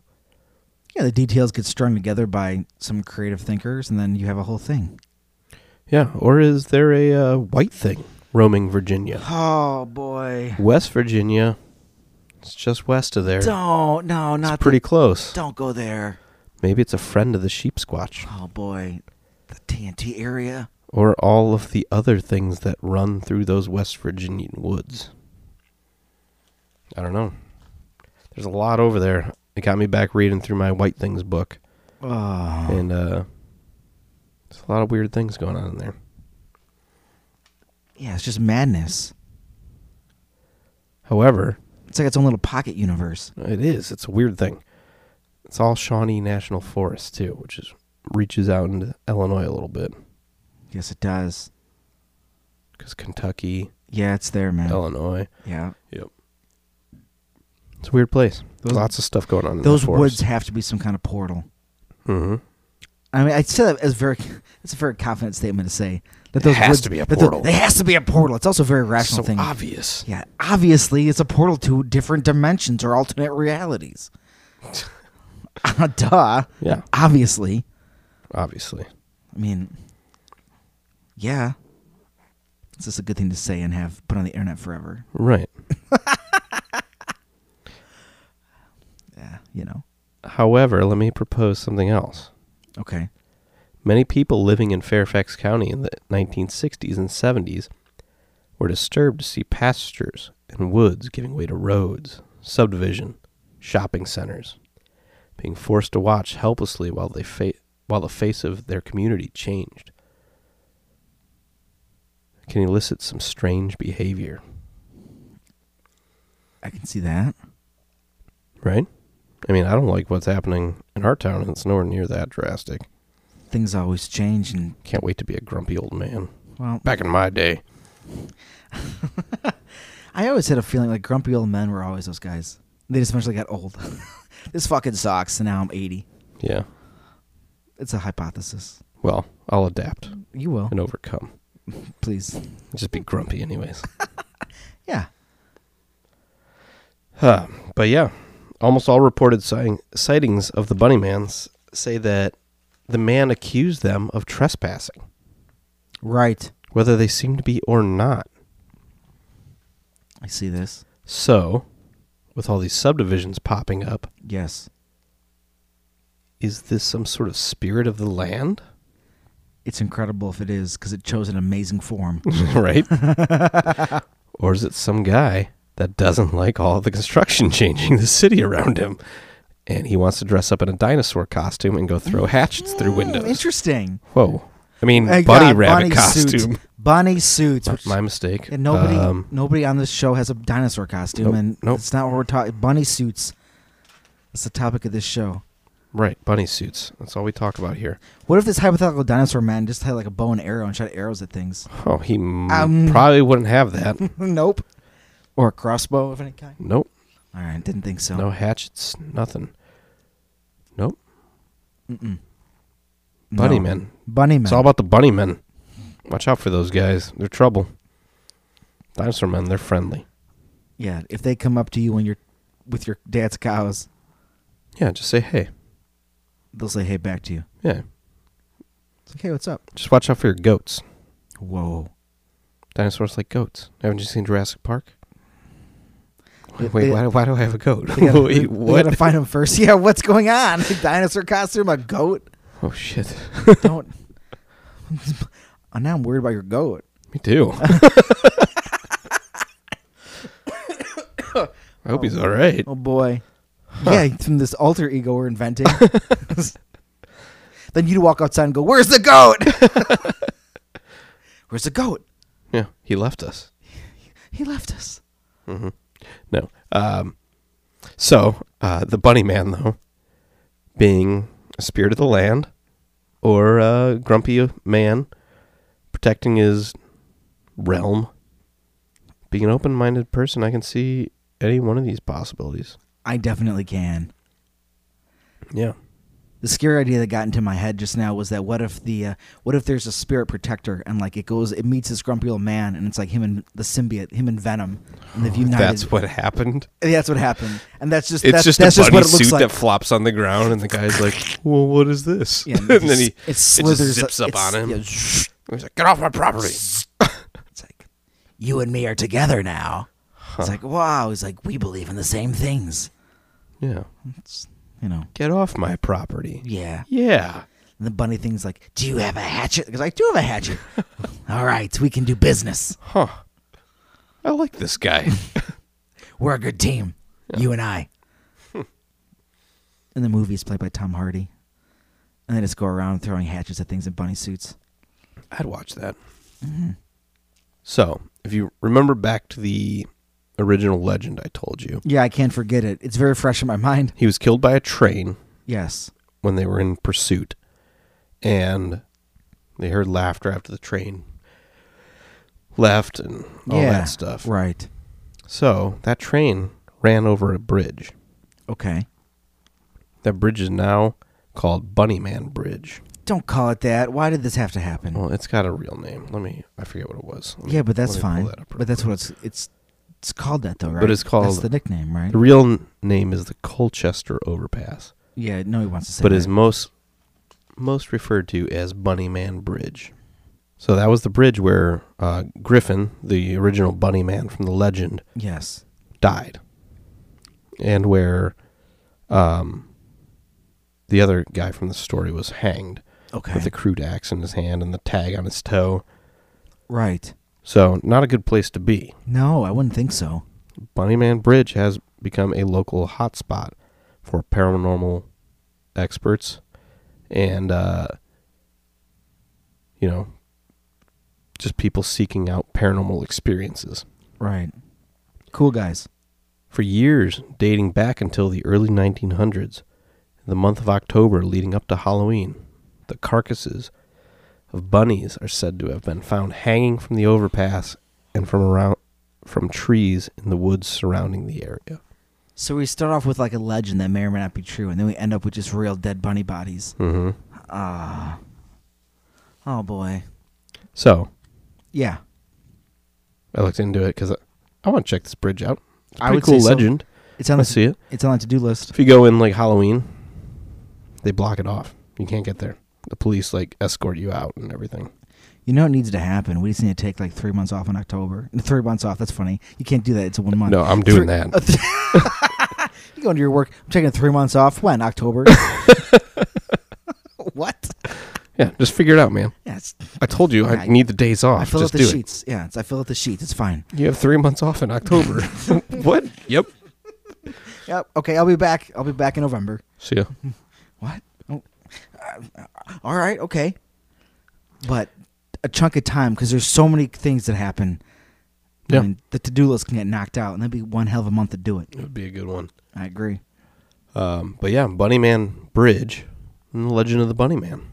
B: Yeah, the details get strung together by some creative thinkers, and then you have a whole thing.
A: Yeah, or is there a uh, white thing roaming Virginia?
B: Oh, boy.
A: West Virginia. It's just west of there.
B: Don't. No,
A: it's
B: not
A: pretty close.
B: Don't go there.
A: Maybe it's a friend of the sheep squatch
B: Oh, boy. The TNT area.
A: or all of the other things that run through those West Virginian woods. I don't know. There's a lot over there. It got me back reading through my white things book
B: Oh.
A: and uh there's a lot of weird things going on in there.
B: Yeah, it's just madness.
A: However,
B: It's like its own little pocket universe.
A: It is. It's a weird thing. It's all Shawnee National Forest too, which is reaches out into Illinois a little bit
B: Yes, it does.
A: because Kentucky,
B: Yeah, it's there, man.
A: Illinois.
B: Yeah.
A: Yep. It's a weird place.
B: Those-
A: Lots of stuff going on.
B: Those
A: in the
B: woods have to be some kind of portal.
A: hmm
B: I mean, I said that as very. It's a very confident statement to say that
A: It
B: those
A: has
B: woods,
A: to be a
B: that tho-
A: portal.
B: There has to be a portal. It's also a very rational
A: So
B: thing.
A: obvious.
B: yeah, obviously, it's a portal to different dimensions or alternate realities. Uh, Duh.
A: Yeah.
B: Obviously,
A: Obviously.
B: I mean, yeah. It's just a good thing to say and have put on the internet forever.
A: Right.
B: Yeah, you know.
A: However, let me propose something else.
B: Okay.
A: Many people living in Fairfax County in the 1960s and 70s were disturbed to see pastures and woods giving way to roads, subdivision, shopping centers, being forced to watch helplessly while they fa- while the face of their community changed. Can elicit some strange behavior,
B: I can see that.
A: right? I mean, I don't like what's happening in our town, and it's nowhere near that drastic.
B: Things always change, and
A: Can't wait to be a grumpy old man.
B: well,
A: Back in my day,
B: I always had a feeling like grumpy old men were always those guys. They just eventually got old. this fucking sucks, and now I'm 80.
A: yeah.
B: It's a hypothesis.
A: Well, I'll adapt
B: You will,
A: and overcome.
B: please.
A: Just be grumpy, anyways.
B: Yeah.
A: Huh. But yeah, almost all reported sighting, sightings of the Bunnymans say that the man accused them of trespassing,
B: Right.
A: whether they seemed to be or not.
B: I see this.
A: So, with all these subdivisions popping up,
B: Yes.
A: is this some sort of spirit of the land?
B: It's incredible if it is because it chose an amazing form.
A: right? or is it some guy that doesn't like all the construction changing the city around him and he wants to dress up in a dinosaur costume and go throw hatchets through
B: Hmm,
A: windows?
B: Interesting.
A: Whoa. I mean,
B: I
A: bunny
B: got
A: rabbit
B: bunny suits.
A: costume.
B: Bunny suits. Which,
A: My mistake.
B: and nobody,
A: Um,
B: nobody on this show has a dinosaur costume,
A: Nope,
B: and
A: nope.
B: it's not what we're talking. Bunny suits. That's the topic of this show.
A: right, bunny suits. That's all we talk about here.
B: What if this hypothetical dinosaur man just had like a bow and arrow and shot arrows at things?
A: Oh, he m-
B: Um, hmm.
A: probably wouldn't have that.
B: nope. Or a crossbow of any kind.
A: Nope.
B: All right, didn't think so.
A: No hatchets, nothing. Nope.
B: Mm-mm.
A: Bunny
B: No.
A: men.
B: Bunny man.
A: It's all about the bunny men. Watch out for those guys. They're trouble. Dinosaur men, they're friendly.
B: yeah, if they come up to you when you're with your dad's cows,
A: Yeah, just say hey.
B: they'll say hey back to you.
A: Yeah.
B: It's like, hey, what's up?
A: Just watch out for your goats.
B: Whoa.
A: Dinosaurs like goats. Haven't you seen Jurassic Park?
B: They-
A: Wait, why
B: they-
A: why, why do I have a goat?
B: They gotta,
A: Wait,
B: they- they
A: what?
B: gotta find him first. Yeah, what's going on? A dinosaur costume, a goat?
A: oh shit.
B: Don't. Oh, now I'm worried about your goat.
A: Me too. I hope he's all right.
B: Oh boy. Yeah, from this alter ego we're inventing. then you'd walk outside and go, Where's the goat? Where's the goat?
A: Yeah, he left us.
B: He left us.
A: Mm-hmm. No. Um, so uh, the bunny man, though, being a spirit of the land or a grumpy man protecting his realm, being an open-minded person, I can see any one of these possibilities.
B: I definitely can.
A: Yeah.
B: The scary idea that got into my head just now was that what if the uh, what if there's a spirit protector and like it goes it meets this grumpy old man and it's like him and the symbiote him and Venom and they've united.
A: Oh, That's what happened.
B: that's what happened and that's just
A: It's
B: that's,
A: just
B: that's
A: a
B: just
A: bunny
B: what it looks
A: suit
B: like.
A: that flops on the ground, and the guy's like, "Well, what is this?"
B: Yeah,
A: and then he
B: it slithers
A: it just zips up
B: it's-
A: on him.
B: yeah,
A: He's like, "Get off my property!"
B: It's like, you and me are together now. It's like, wow. It's like, we believe in the same things.
A: Yeah,
B: It's, you know,
A: get off my property.
B: yeah.
A: Yeah.
B: And the bunny thing's like, do you have a hatchet? Because I do have a hatchet. All right, we can do business.
A: Huh. I like this guy.
B: We're a good team, you and I. and the movie's played by Tom Hardy. And they just go around throwing hatchets at things in bunny suits.
A: I'd watch that. So, if you remember back to the original legend I told you,
B: Yeah, I can't forget it. It's very fresh in my mind.
A: he was killed by a train
B: Yes.
A: when they were in pursuit. And they heard laughter after the train left and all
B: yeah,
A: that stuff.
B: Right.
A: So, that train ran over a bridge.
B: Okay.
A: That bridge is now called Bunnyman Bridge.
B: Don't call it that. Why did this have to happen?
A: Well, it's got a real name. Let me, I forget what it was. Let me-
B: Yeah, but
A: let
B: that's
A: me pull
B: fine.
A: that up real
B: but that's what it's it's it's called that though, right?
A: it's
B: that's
A: called-
B: the nickname, right?
A: The real n- name is the Colchester Overpass,
B: yeah, no, he wants to say.
A: but
B: that.
A: is most most referred to as Bunnyman Bridge. So that was the bridge where uh, Griffin, the original Bunnyman from the legend,
B: yes,
A: died, and where um, the other guy from the story was hanged
B: okay,
A: with a crude axe in his hand and the tag on his toe.
B: right?
A: So not a good place to be.
B: No, I wouldn't think so.
A: Bunnyman Bridge has become a local hotspot for paranormal experts and, uh, you know, just people seeking out paranormal experiences.
B: Right, cool guys.
A: For years, dating back until the early 1900s, in the month of October leading up to Halloween, the carcasses of bunnies are said to have been found hanging from the overpass and from around from trees in the woods surrounding the area.
B: So we start off with like a legend that may or may not be true, and then we end up with just real dead bunny bodies.
A: Mm-hmm.
B: Ah. oh boy.
A: So
B: Yeah.
A: I looked into it because I, I want to check this bridge out. It's a
B: I
A: pretty
B: would
A: cool
B: say so.
A: legend.
B: It's on
A: I
B: the
A: see it.
B: it's on the to-do list.
A: If you go in like Halloween, they block it off. You can't get there. The police like escort you out and everything.
B: You know it needs to happen. We just need to take like three months off in October. Three months off. That's funny. You can't do that. It's a one month.
A: No, I'm
B: Three-
A: doing that.
B: You go into your work. I'm taking three months off. When October? what?
A: Yeah, just figure it out, man.
B: Yes.
A: I told you I
B: I-
A: need the days
B: I
A: off.
B: fill
A: Oh, Just
B: out
A: do
B: the
A: it.
B: sheets. Yeah, it's, I fill out the sheets. It's fine.
A: You have three months off in October. what? Yep.
B: Yep. Okay, I'll be back. I'll be back in November.
A: See ya.
B: What? Oh, uh, all right. Okay. But a chunk of time because there's so many things that happen.
A: Yeah.
B: I mean, the to-do list can get knocked out, and that'd be one hell of a month to do it.
A: It would be a good one.
B: I agree.
A: Um, but yeah, Bunny Man Bridge and the Legend of the Bunny Man.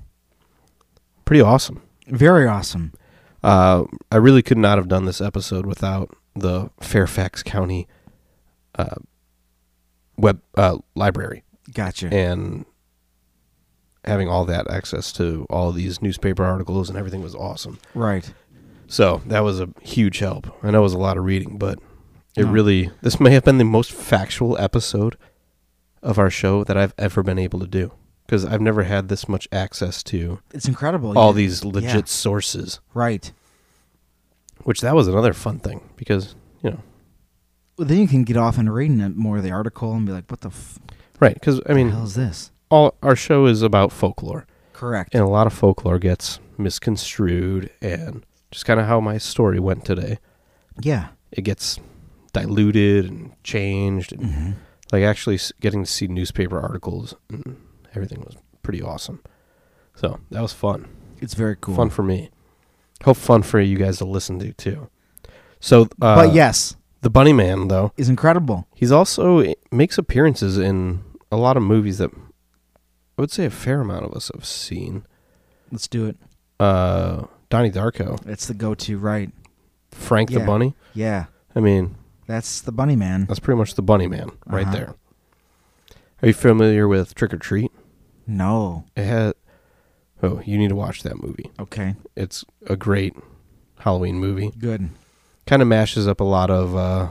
A: Pretty awesome.
B: Very awesome.
A: Uh, I really could not have done this episode without the Fairfax County uh, web uh, library
B: Gotcha.
A: and having all that access to all these newspaper articles and everything was awesome.
B: Right.
A: So that was a huge help. I know it was a lot of reading, but it
B: No.
A: really this may have been the most factual episode of our show that I've ever been able to do because I've never had this much access to
B: It's incredible.
A: all
B: Yeah.
A: these legit
B: Yeah.
A: sources.
B: Right.
A: Which that was another fun thing because you know
B: Well, then you can get off and reading it more of the article and be like, "What the f-
A: right because I
B: the
A: mean
B: hell is this?"
A: all our show is about folklore
B: Correct.
A: and a lot of folklore gets misconstrued and just kind of how my story went today
B: Yeah.
A: it gets diluted and changed and
B: hmm
A: like actually s- getting to see newspaper articles and everything was pretty awesome so that was fun
B: It's very cool.
A: fun for me hope fun for you guys to listen to too so uh,
B: but yes,
A: the bunny man though
B: it's incredible.
A: he's also i- makes appearances in a lot of movies that i would say a fair amount of us have seen
B: Let's do it.
A: uh donnie darko
B: It's the go-to, right?
A: frank the
B: Yeah.
A: bunny
B: Yeah.
A: i mean
B: That's the Bunny Man.
A: that's pretty much the bunny man right
B: Uh-huh.
A: there are you familiar with trick or treat
B: No.
A: It had. Oh, you need to watch that movie.
B: Okay.
A: It's a great Halloween movie.
B: Good.
A: Kind of mashes up a lot of uh,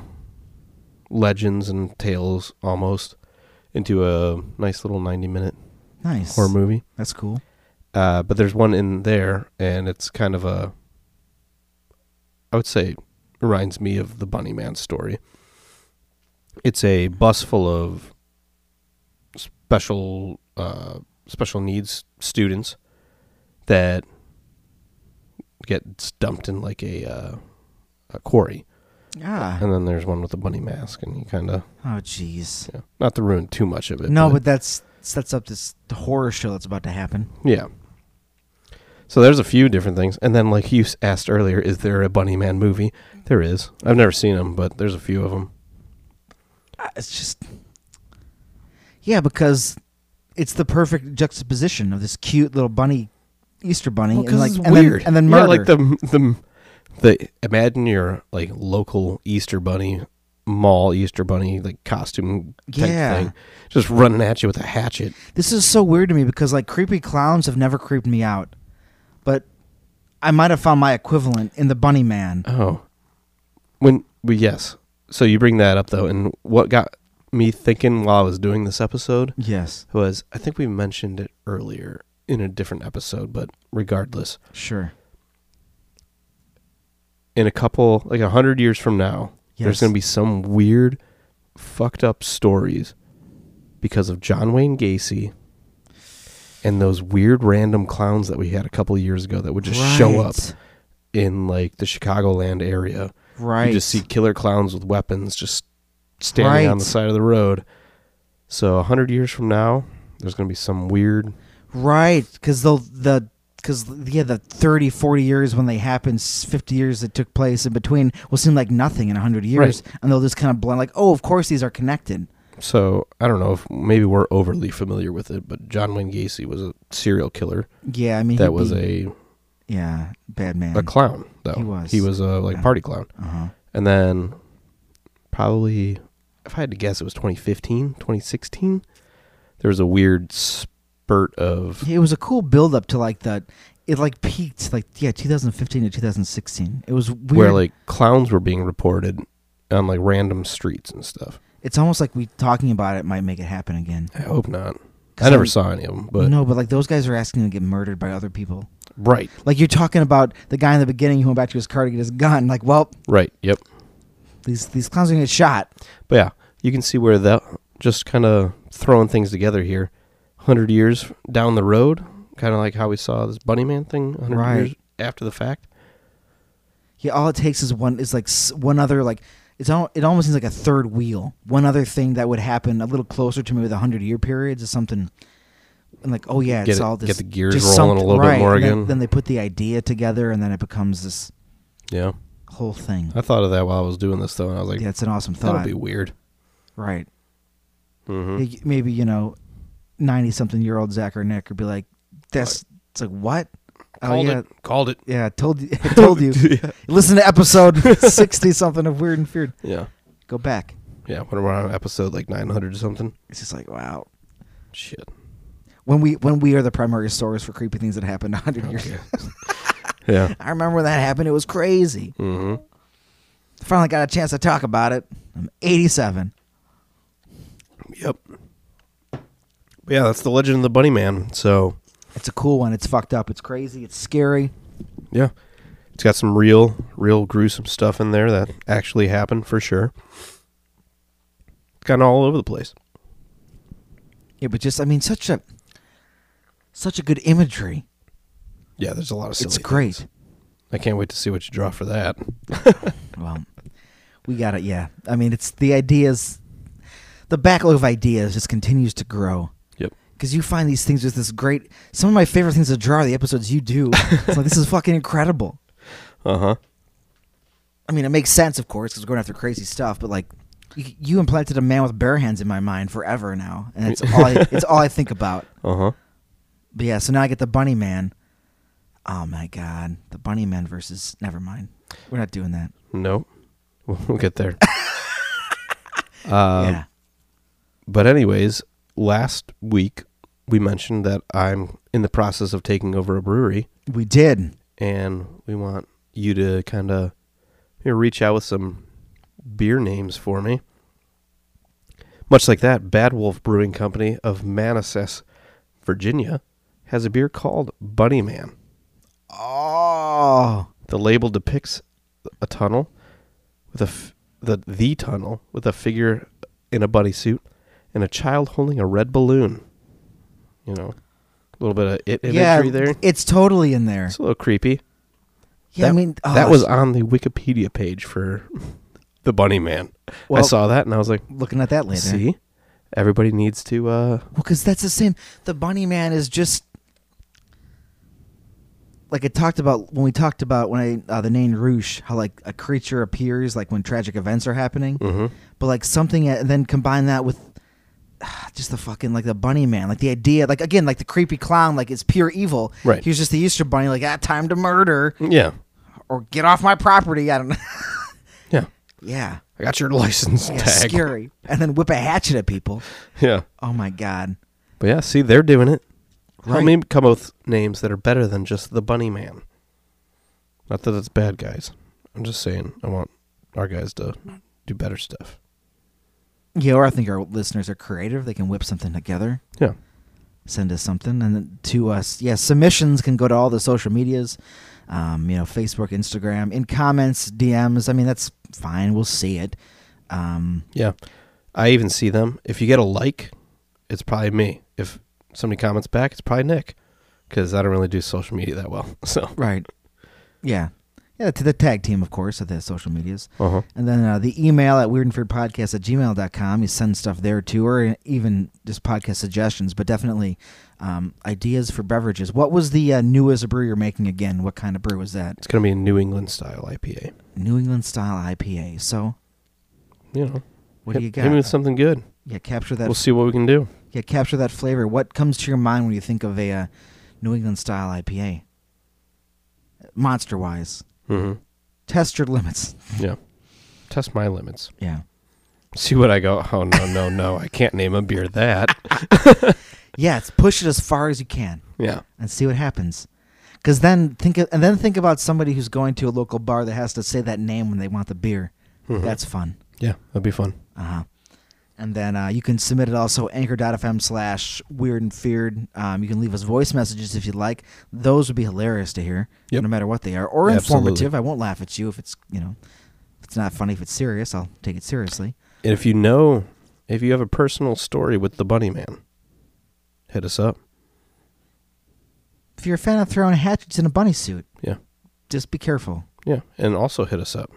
A: legends and tales almost into a nice little 90 minute
B: Nice.
A: horror movie.
B: That's cool.
A: Uh, but there's one in there, and it's kind of a. I would say reminds me of the Bunny Man story. It's a bus full of special uh, special needs students that get dumped in like a, uh, a quarry,
B: Yeah.
A: and then there's one with a bunny mask, and you kind of
B: Oh, jeez.
A: you know, not to ruin too much of it.
B: No, but that's sets up this horror show that's about to happen.
A: Yeah. So there's a few different things, and then like you s- asked earlier, is there a Bunny Man movie? There is. I've never seen them, but there's a few of them.
B: Uh, It's just. Yeah, because it's the perfect juxtaposition of this cute little bunny, Easter bunny, and like and then and then murder.
A: Yeah, like the the the imagine your like local Easter Bunny mall Easter Bunny like costume type
B: Yeah.
A: thing, just running at you with a hatchet.
B: This is so weird to me because like creepy clowns have never creeped me out, but I might have found my equivalent in the Bunny Man.
A: Oh, when but yes. So you bring that up though, and what got me thinking while I was doing this episode
B: Yes,
A: was I think we mentioned it earlier in a different episode, but regardless,
B: sure.
A: in a couple like a hundred years from now,
B: Yes.
A: there's gonna be some weird, fucked up stories because of John Wayne Gacy and those weird random clowns that we had a couple years ago that would just show up
B: Right.
A: in like the Chicagoland area.
B: Right.
A: You just see killer clowns with weapons just standing on
B: Right.
A: the side of the road. So a hundred years from now, there's gonna be some weird
B: right because the the because yeah the 30 40 years when they happened s- 50 years that took place in between will seem like nothing in 100 years and they'll just kind of blend like oh of course these are connected
A: So I don't know if maybe we're overly familiar with it, but John Wayne Gacy was a serial killer
B: yeah i mean
A: that
B: he'd
A: was
B: be-
A: a
B: yeah bad man
A: a clown though.
B: He was.
A: He was a like
B: Yeah.
A: party clown.
B: uh-huh.
A: And then probably if I had to guess it was 2015, 2016, there was a weird spurt of
B: It was a cool build up to like the it like peaked like yeah, 2015 to 2016. It was weird.
A: where like clowns were being reported on like random streets and stuff.
B: it's almost like we talking about it might make it happen again.
A: I hope not.
B: 'Cause
A: I never
B: I'm-
A: saw any of them, but
B: no, but like those guys are asking to get murdered by other people.
A: right,
B: Like you're talking about the guy in the beginning who went back to his car to get his gun. Like, well,
A: right, yep.
B: these these clowns are gonna get shot.
A: But yeah, you can see where that just kind of throwing things together here. Hundred years down the road, kind of like how we saw this Bunny Man thing. Hundred
B: Right.
A: years after the fact.
B: Yeah, all it takes is one is like s- one other like it's al- it almost seems like a third wheel. One other thing that would happen a little closer to maybe the hundred year periods is something. And like, oh yeah,
A: Get
B: it's
A: it-
B: all this.
A: get the gears
B: just
A: rolling a
B: something-
A: little bit
B: right,
A: more
B: and then-
A: again.
B: Then, they put the idea together, and then it becomes this
A: Yeah,
B: whole thing.
A: I thought of that while I was doing this though, and I was like,
B: yeah, it's an awesome
A: that'll
B: thought.
A: be weird.
B: right.
A: Mm-hmm.
B: Y- Maybe you know, ninety something year old Zach or Nick would be like, "That's it's like what?
A: Called
B: oh yeah,
A: it. Called it.
B: yeah. I Told you. I told you.
A: yeah.
B: Listen to episode sixty something of Weird and Feared.
A: yeah.
B: Go back.
A: Yeah, when we're on episode like 900 or something.
B: It's just like wow.
A: Shit.
B: When we when we are the primary source for creepy things that happened a hundred years.
A: Okay. yeah.
B: I remember when that happened. It was crazy.
A: hmm
B: Finally got a chance to talk about it. I'm 87.
A: Yep. But yeah, that's the legend of the Bunny Man. So,
B: It's a cool one. It's fucked up. It's crazy. It's scary.
A: yeah. It's got some real, real gruesome stuff in there that actually happened for sure. It's kind of all over the place.
B: Yeah, but just I mean, such a such a good imagery.
A: Yeah, there's a lot of silly
B: it's great.
A: things. I can't wait to see what you draw for that.
B: Well, we got it. Yeah, I mean, it's the ideas. The backlog of ideas just continues to grow
A: Yep.
B: because you find these things with this great. Some of my favorite things to draw are the episodes you do. it's like this is fucking incredible.
A: Uh huh.
B: I mean, it makes sense, of course, because we're going after crazy stuff. But like, you, you implanted a man with bare hands in my mind forever now, and it's all I, it's all I think about.
A: Uh huh.
B: But yeah, so now I get the Bunny Man. Oh my God, the Bunny Man versus. Never mind, we're not doing that.
A: No. We'll get there. um,
B: yeah,
A: But anyways, last week we mentioned that I'm in the process of taking over a brewery,
B: we did.
A: and we want you to kind of reach out with some beer names for me. Much like that, Bad Wolf Brewing Company of Manassas, Virginia, has a beer called Bunny Man.
B: Oh.
A: The label depicts a tunnel with a f- the the tunnel with a figure in a bunny suit and a child holding a red balloon. You know, a little bit of it imagery there.
B: It's totally in there.
A: It's a little creepy.
B: Yeah, I
A: That-
B: mean oh,
A: that was on the Wikipedia page for the Bunny Man. I
B: Well-
A: saw that and I was like,
B: looking at that later.
A: see, everybody needs to. uh
B: Well, because that's the same. The bunny man is just like I talked about when we talked about when I uh, the name Rouge, how like a creature appears like when tragic events are happening,
A: mhm.
B: but like something and then combine that with. ah, Just the fucking like the bunny man, like the idea, like again, like the creepy clown, like it's pure evil.
A: Right.
B: He's just the Easter bunny, like ah, time to murder
A: Yeah,
B: or get off my property. I don't know.
A: yeah.
B: yeah,
A: I got your license
B: yeah,
A: tag.
B: scary. And then whip a hatchet at people.
A: Yeah.
B: Oh my god.
A: But yeah, see, they're doing it. Help
B: Right.
A: me come up with names that are better than just the Bunny Man. Not that it's bad, guys. I'm just saying I want our guys to do better stuff.
B: Yeah, or I think our listeners are creative. They can whip something together,
A: Yeah.
B: send us something, and then to us. Yeah, submissions can go to all the social medias, um, you know, Facebook, Instagram, in comments, DMs. I mean, that's fine. We'll see it. Um,
A: Yeah. I even see them. If you get a like, it's probably me. If somebody comments back, it's probably Nick. Because I don't really do social media that well. So,
B: right. Yeah. Yeah, to the tag team, of course, of the social medias.
A: uh huh.
B: And then uh, the email at weirdandfeirdpodcast at gmail.com. You send stuff there too, or even just podcast suggestions, but definitely um, ideas for beverages. What was the uh, newest brew you're making again? What kind of brew was that?
A: It's going to be a New England style IPA.
B: New England style IPA. So
A: You know,
B: what
A: hit-
B: do you
A: Hit me with
B: got?
A: something good.
B: Yeah, capture that.
A: We'll see what we can do.
B: yeah, capture that flavor. What comes to your mind when you think of a uh, New England style IPA? Monster wise,
A: Mm
B: test your limits.
A: hmm. Yeah. Test my limits.
B: Yeah.
A: See what I go. Oh no, no, no! I can't name a beer that.
B: yeah, it's push it as far as you can
A: Yeah.
B: and see what happens. Because then think of, and then think about somebody who's going to a local bar that has to say that name when they want the beer. That's fun.
A: Mm-hmm. Yeah. That'd be fun.
B: Uh-huh. And then uh, you can submit it also anchor.fm slash weird and feared. Um, you can leave us voice messages if you'd like. Those would be hilarious to hear,
A: Yep.
B: no matter what they are, or
A: Absolutely.
B: informative. I won't laugh at you if it's you know if it's not funny. If it's serious, I'll take it seriously.
A: And if you know, if you have a personal story with the Bunny Man, hit us up.
B: If you're a fan of throwing hatchets in a bunny suit,
A: Yeah.
B: just be careful.
A: Yeah. And also hit us up.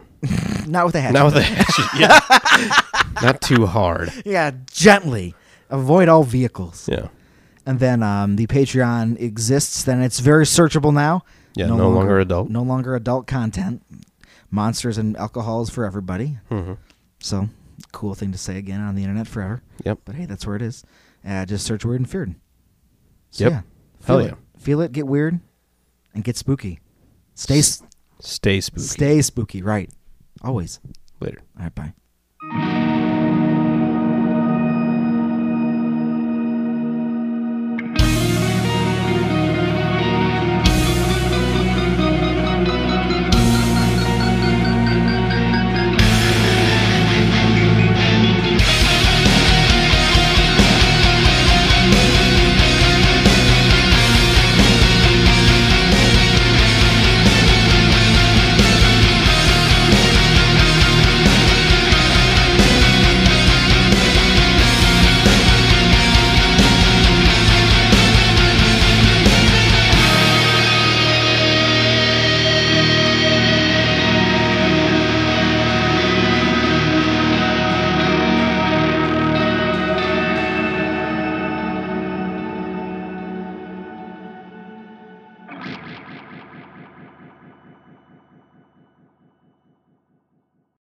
B: Not with a hatchet.
A: Not with a hatchet. Yeah. Not too hard.
B: Yeah, gently. Avoid all vehicles.
A: Yeah.
B: And then um, the Patreon exists. Then it's very searchable now.
A: Yeah, no longer adult.
B: No longer adult content. Monsters and alcohol is for everybody.
A: Mhm.
B: So, cool thing to say again on the internet forever.
A: Yep.
B: But hey, that's where it is. Uh, just search weird and feared. So,
A: Yep.
B: Yeah,
A: Hell
B: Feel
A: yeah.
B: It. Feel it, get weird, and get spooky. Stay, s-
A: Stay spooky.
B: stay spooky, right? Always.
A: Later.
B: All right, bye.